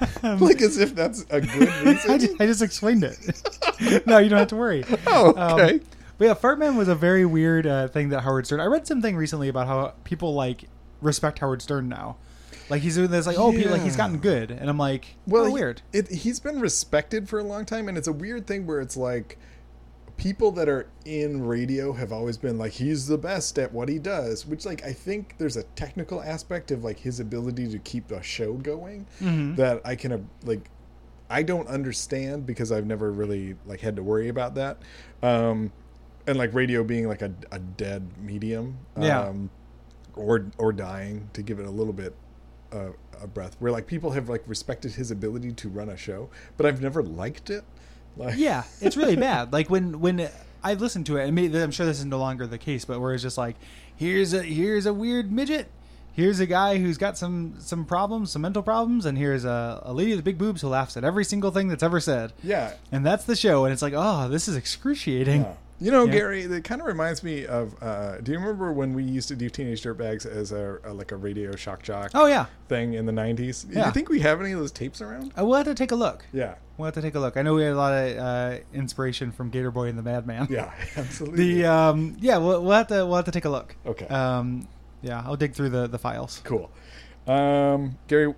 [SPEAKER 3] [LAUGHS]
[SPEAKER 2] [LAUGHS]
[SPEAKER 3] um,
[SPEAKER 2] like as if that's a good
[SPEAKER 3] [LAUGHS]
[SPEAKER 2] reason.
[SPEAKER 3] I, just, I just explained it. [LAUGHS] no, you don't have
[SPEAKER 2] [LAUGHS]
[SPEAKER 3] to worry. Um,
[SPEAKER 2] Oh, okay.
[SPEAKER 3] but yeah, Fart Man was a very weird uh, thing that Howard Stern. I read something recently about how people like respect Howard Stern now. Like he's doing this, like oh, people, like he's
[SPEAKER 2] Yeah.
[SPEAKER 3] gotten good, and I'm like,
[SPEAKER 2] well,
[SPEAKER 3] well,
[SPEAKER 2] he-
[SPEAKER 3] Oh, weird.
[SPEAKER 2] It, he's been respected for a long time, and it's a weird thing where it's like people that are in radio have always been like he's the best at what he does which like i think there's a technical aspect of like his ability to keep a show going
[SPEAKER 3] Mm-hmm.
[SPEAKER 2] that i can uh, like i don't understand because i've never really like had to worry about that um and like radio being like a, a dead medium
[SPEAKER 3] Yeah.
[SPEAKER 2] um or or dying to give it a little bit uh, a breath where like people have like respected his ability to run a show but i've never liked it like
[SPEAKER 3] Yeah, it's really bad. Like when when I listened to it, I mean, I'm sure this is no longer the case, but where it's just like, here's a here's a weird midget, here's a guy who's got some some problems, some mental problems, and here's a, a lady with big boobs who laughs at every single thing that's ever said.
[SPEAKER 2] yeah
[SPEAKER 3] and that's the show, and it's like, oh, this is excruciating.
[SPEAKER 2] Yeah. You know,
[SPEAKER 3] Yeah.
[SPEAKER 2] Gary, that kind of reminds me of. Uh, do you remember when we used to do Teenage Dirtbags as a, a like a radio shock jock
[SPEAKER 3] Oh yeah,
[SPEAKER 2] thing in the '90s? Do
[SPEAKER 3] Yeah.
[SPEAKER 2] you think we have any of those tapes around?
[SPEAKER 3] I will have to take a look.
[SPEAKER 2] Yeah,
[SPEAKER 3] We'll have to take a look. I know we had a lot of uh, inspiration from Gator Boy and the Madman.
[SPEAKER 2] yeah, [LAUGHS] absolutely.
[SPEAKER 3] The um, yeah, we'll, we'll have to we'll have to take a look.
[SPEAKER 2] Okay.
[SPEAKER 3] Um, yeah, I'll dig through the the files.
[SPEAKER 2] cool. Um, Gary,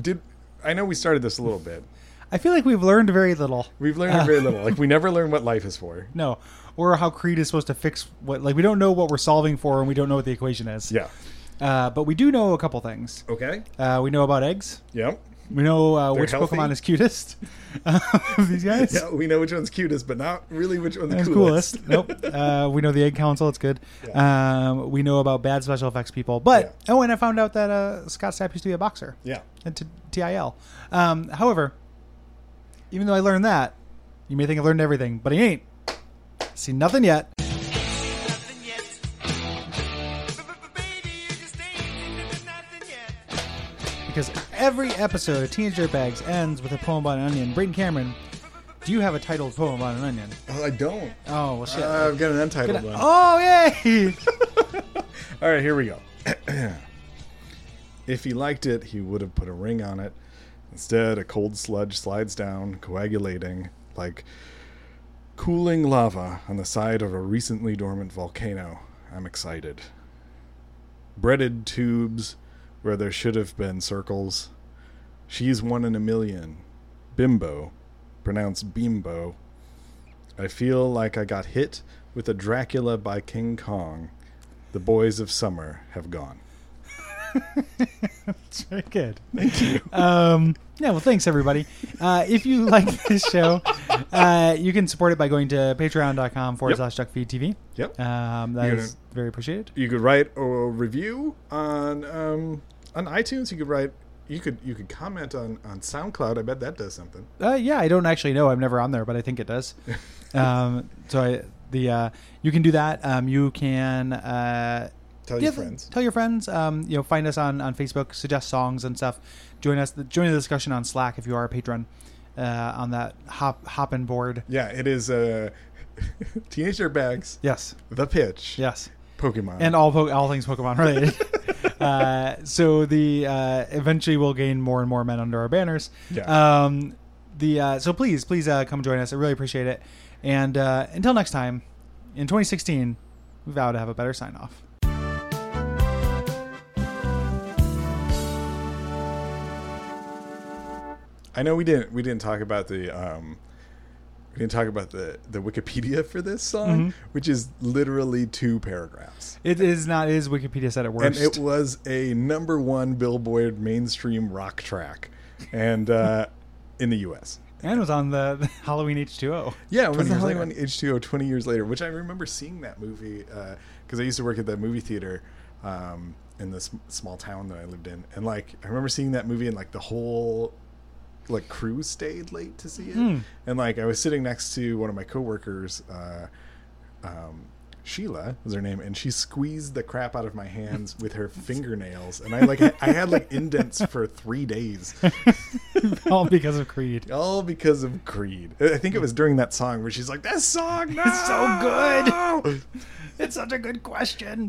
[SPEAKER 2] did I know we started this a little bit?
[SPEAKER 3] I feel like we've learned very little.
[SPEAKER 2] We've learned very
[SPEAKER 3] [LAUGHS]
[SPEAKER 2] little. Like we never learn what life is for.
[SPEAKER 3] No, or how Creed is supposed to fix what like we don't know what we're solving for, and we don't know what the equation is.
[SPEAKER 2] Yeah.
[SPEAKER 3] Uh, but we do know a couple things.
[SPEAKER 2] Okay.
[SPEAKER 3] Uh, we know about eggs.
[SPEAKER 2] Yep.
[SPEAKER 3] We know uh, which
[SPEAKER 2] healthy.
[SPEAKER 3] Pokemon is cutest. [LAUGHS] um, of these guys.
[SPEAKER 2] [LAUGHS] Yeah, we know which one's cutest, but not really which one's
[SPEAKER 3] [LAUGHS] That's
[SPEAKER 2] coolest.
[SPEAKER 3] coolest. nope. Uh, we know the egg council. It's good. Um, we know about bad special effects people. But oh, and I found out that uh, Scott Stapp used to be a boxer.
[SPEAKER 2] yeah.
[SPEAKER 3] and to TIL. Um, however, even though I learned that, you may think I've learned everything, but I ain't. See nothing yet.
[SPEAKER 4] Nothing yet. Baby, you just ain't seen nothing yet.
[SPEAKER 3] because Every episode of Teenage Dirtbags ends with a poem about an onion. Brayden Cameron, do you have a titled poem about an onion?
[SPEAKER 2] Oh, I don't.
[SPEAKER 3] Oh, well, shit.
[SPEAKER 2] Uh, I've got an untitled one.
[SPEAKER 3] oh, yay! [LAUGHS]
[SPEAKER 2] All right, here we go. [CLEARS THROAT] if he liked it, he would have put a ring on it. Instead, a cold sludge slides down, coagulating like cooling lava on the side of a recently dormant volcano. I'm excited. Breaded tubes where there should have been circles. She's one in a million. Bimbo, pronounced Bimbo. I feel like I got hit with a Dracula by King Kong. The boys of summer have gone.
[SPEAKER 3] It's very good. Thank you. Um, yeah, well, thanks, everybody. Uh, if you [LAUGHS] like this show, uh, you can support it by going to patreon.com forward
[SPEAKER 2] Yep.
[SPEAKER 3] slash duckfeedtv.
[SPEAKER 2] Yep.
[SPEAKER 3] Um, that
[SPEAKER 2] You're
[SPEAKER 3] is very appreciated.
[SPEAKER 2] you could write a review on um, on iTunes. You could write. You could you could comment on on SoundCloud. I bet that does something.
[SPEAKER 3] Uh, yeah, I don't actually know. I'm never on there, but I think
[SPEAKER 2] [LAUGHS]
[SPEAKER 3] it does. um, so I, the uh, you can do that. Um, you can uh,
[SPEAKER 2] Tell
[SPEAKER 3] yeah,
[SPEAKER 2] your
[SPEAKER 3] th-
[SPEAKER 2] friends.
[SPEAKER 3] Tell your friends. Um, you know, find us on on Facebook. Suggest songs and stuff. Join us. Join the discussion on Slack if you are a patron uh, on that hop hopping board.
[SPEAKER 2] yeah, it is uh, [LAUGHS] teenager bags.
[SPEAKER 3] Yes.
[SPEAKER 2] The pitch.
[SPEAKER 3] Yes.
[SPEAKER 2] Pokemon.
[SPEAKER 3] and all po- all things Pokemon related. uh, so the uh, eventually we'll gain more and more men under our banners.
[SPEAKER 2] Yeah.
[SPEAKER 3] Um, the uh, so please please uh, come join us. I really appreciate it. And uh, until next time, in 2016, we vow to have a better sign off.
[SPEAKER 2] I know we didn't we didn't talk about the um, we didn't talk about the the Wikipedia for this song, which is literally two paragraphs.
[SPEAKER 3] It is not it is Wikipedia said it
[SPEAKER 2] and
[SPEAKER 3] worst.
[SPEAKER 2] it was a number one Billboard mainstream rock track, and uh, in the U.S.
[SPEAKER 3] and was on the, [LAUGHS] the Halloween H2O.
[SPEAKER 2] Yeah, it was
[SPEAKER 3] 20
[SPEAKER 2] the
[SPEAKER 3] years
[SPEAKER 2] Halloween
[SPEAKER 3] later.
[SPEAKER 2] H2O 20 years later, which I remember seeing that movie because I used to work at that movie theater um, in this sm- small town that I lived in, and like I remember seeing that movie and like the whole like crew stayed late to see it,
[SPEAKER 3] Hmm.
[SPEAKER 2] and like I was sitting next to one of my coworkers. Uh, um, Sheila was her name, and she squeezed the crap out of my hands with
[SPEAKER 3] [LAUGHS]
[SPEAKER 2] her fingernails, and I like I had like indents for three days
[SPEAKER 3] [LAUGHS] all because of Creed.
[SPEAKER 2] all because of Creed. I think it was during that song where she's like, "That song, no!
[SPEAKER 3] so good."
[SPEAKER 2] good."
[SPEAKER 3] It's such a good question.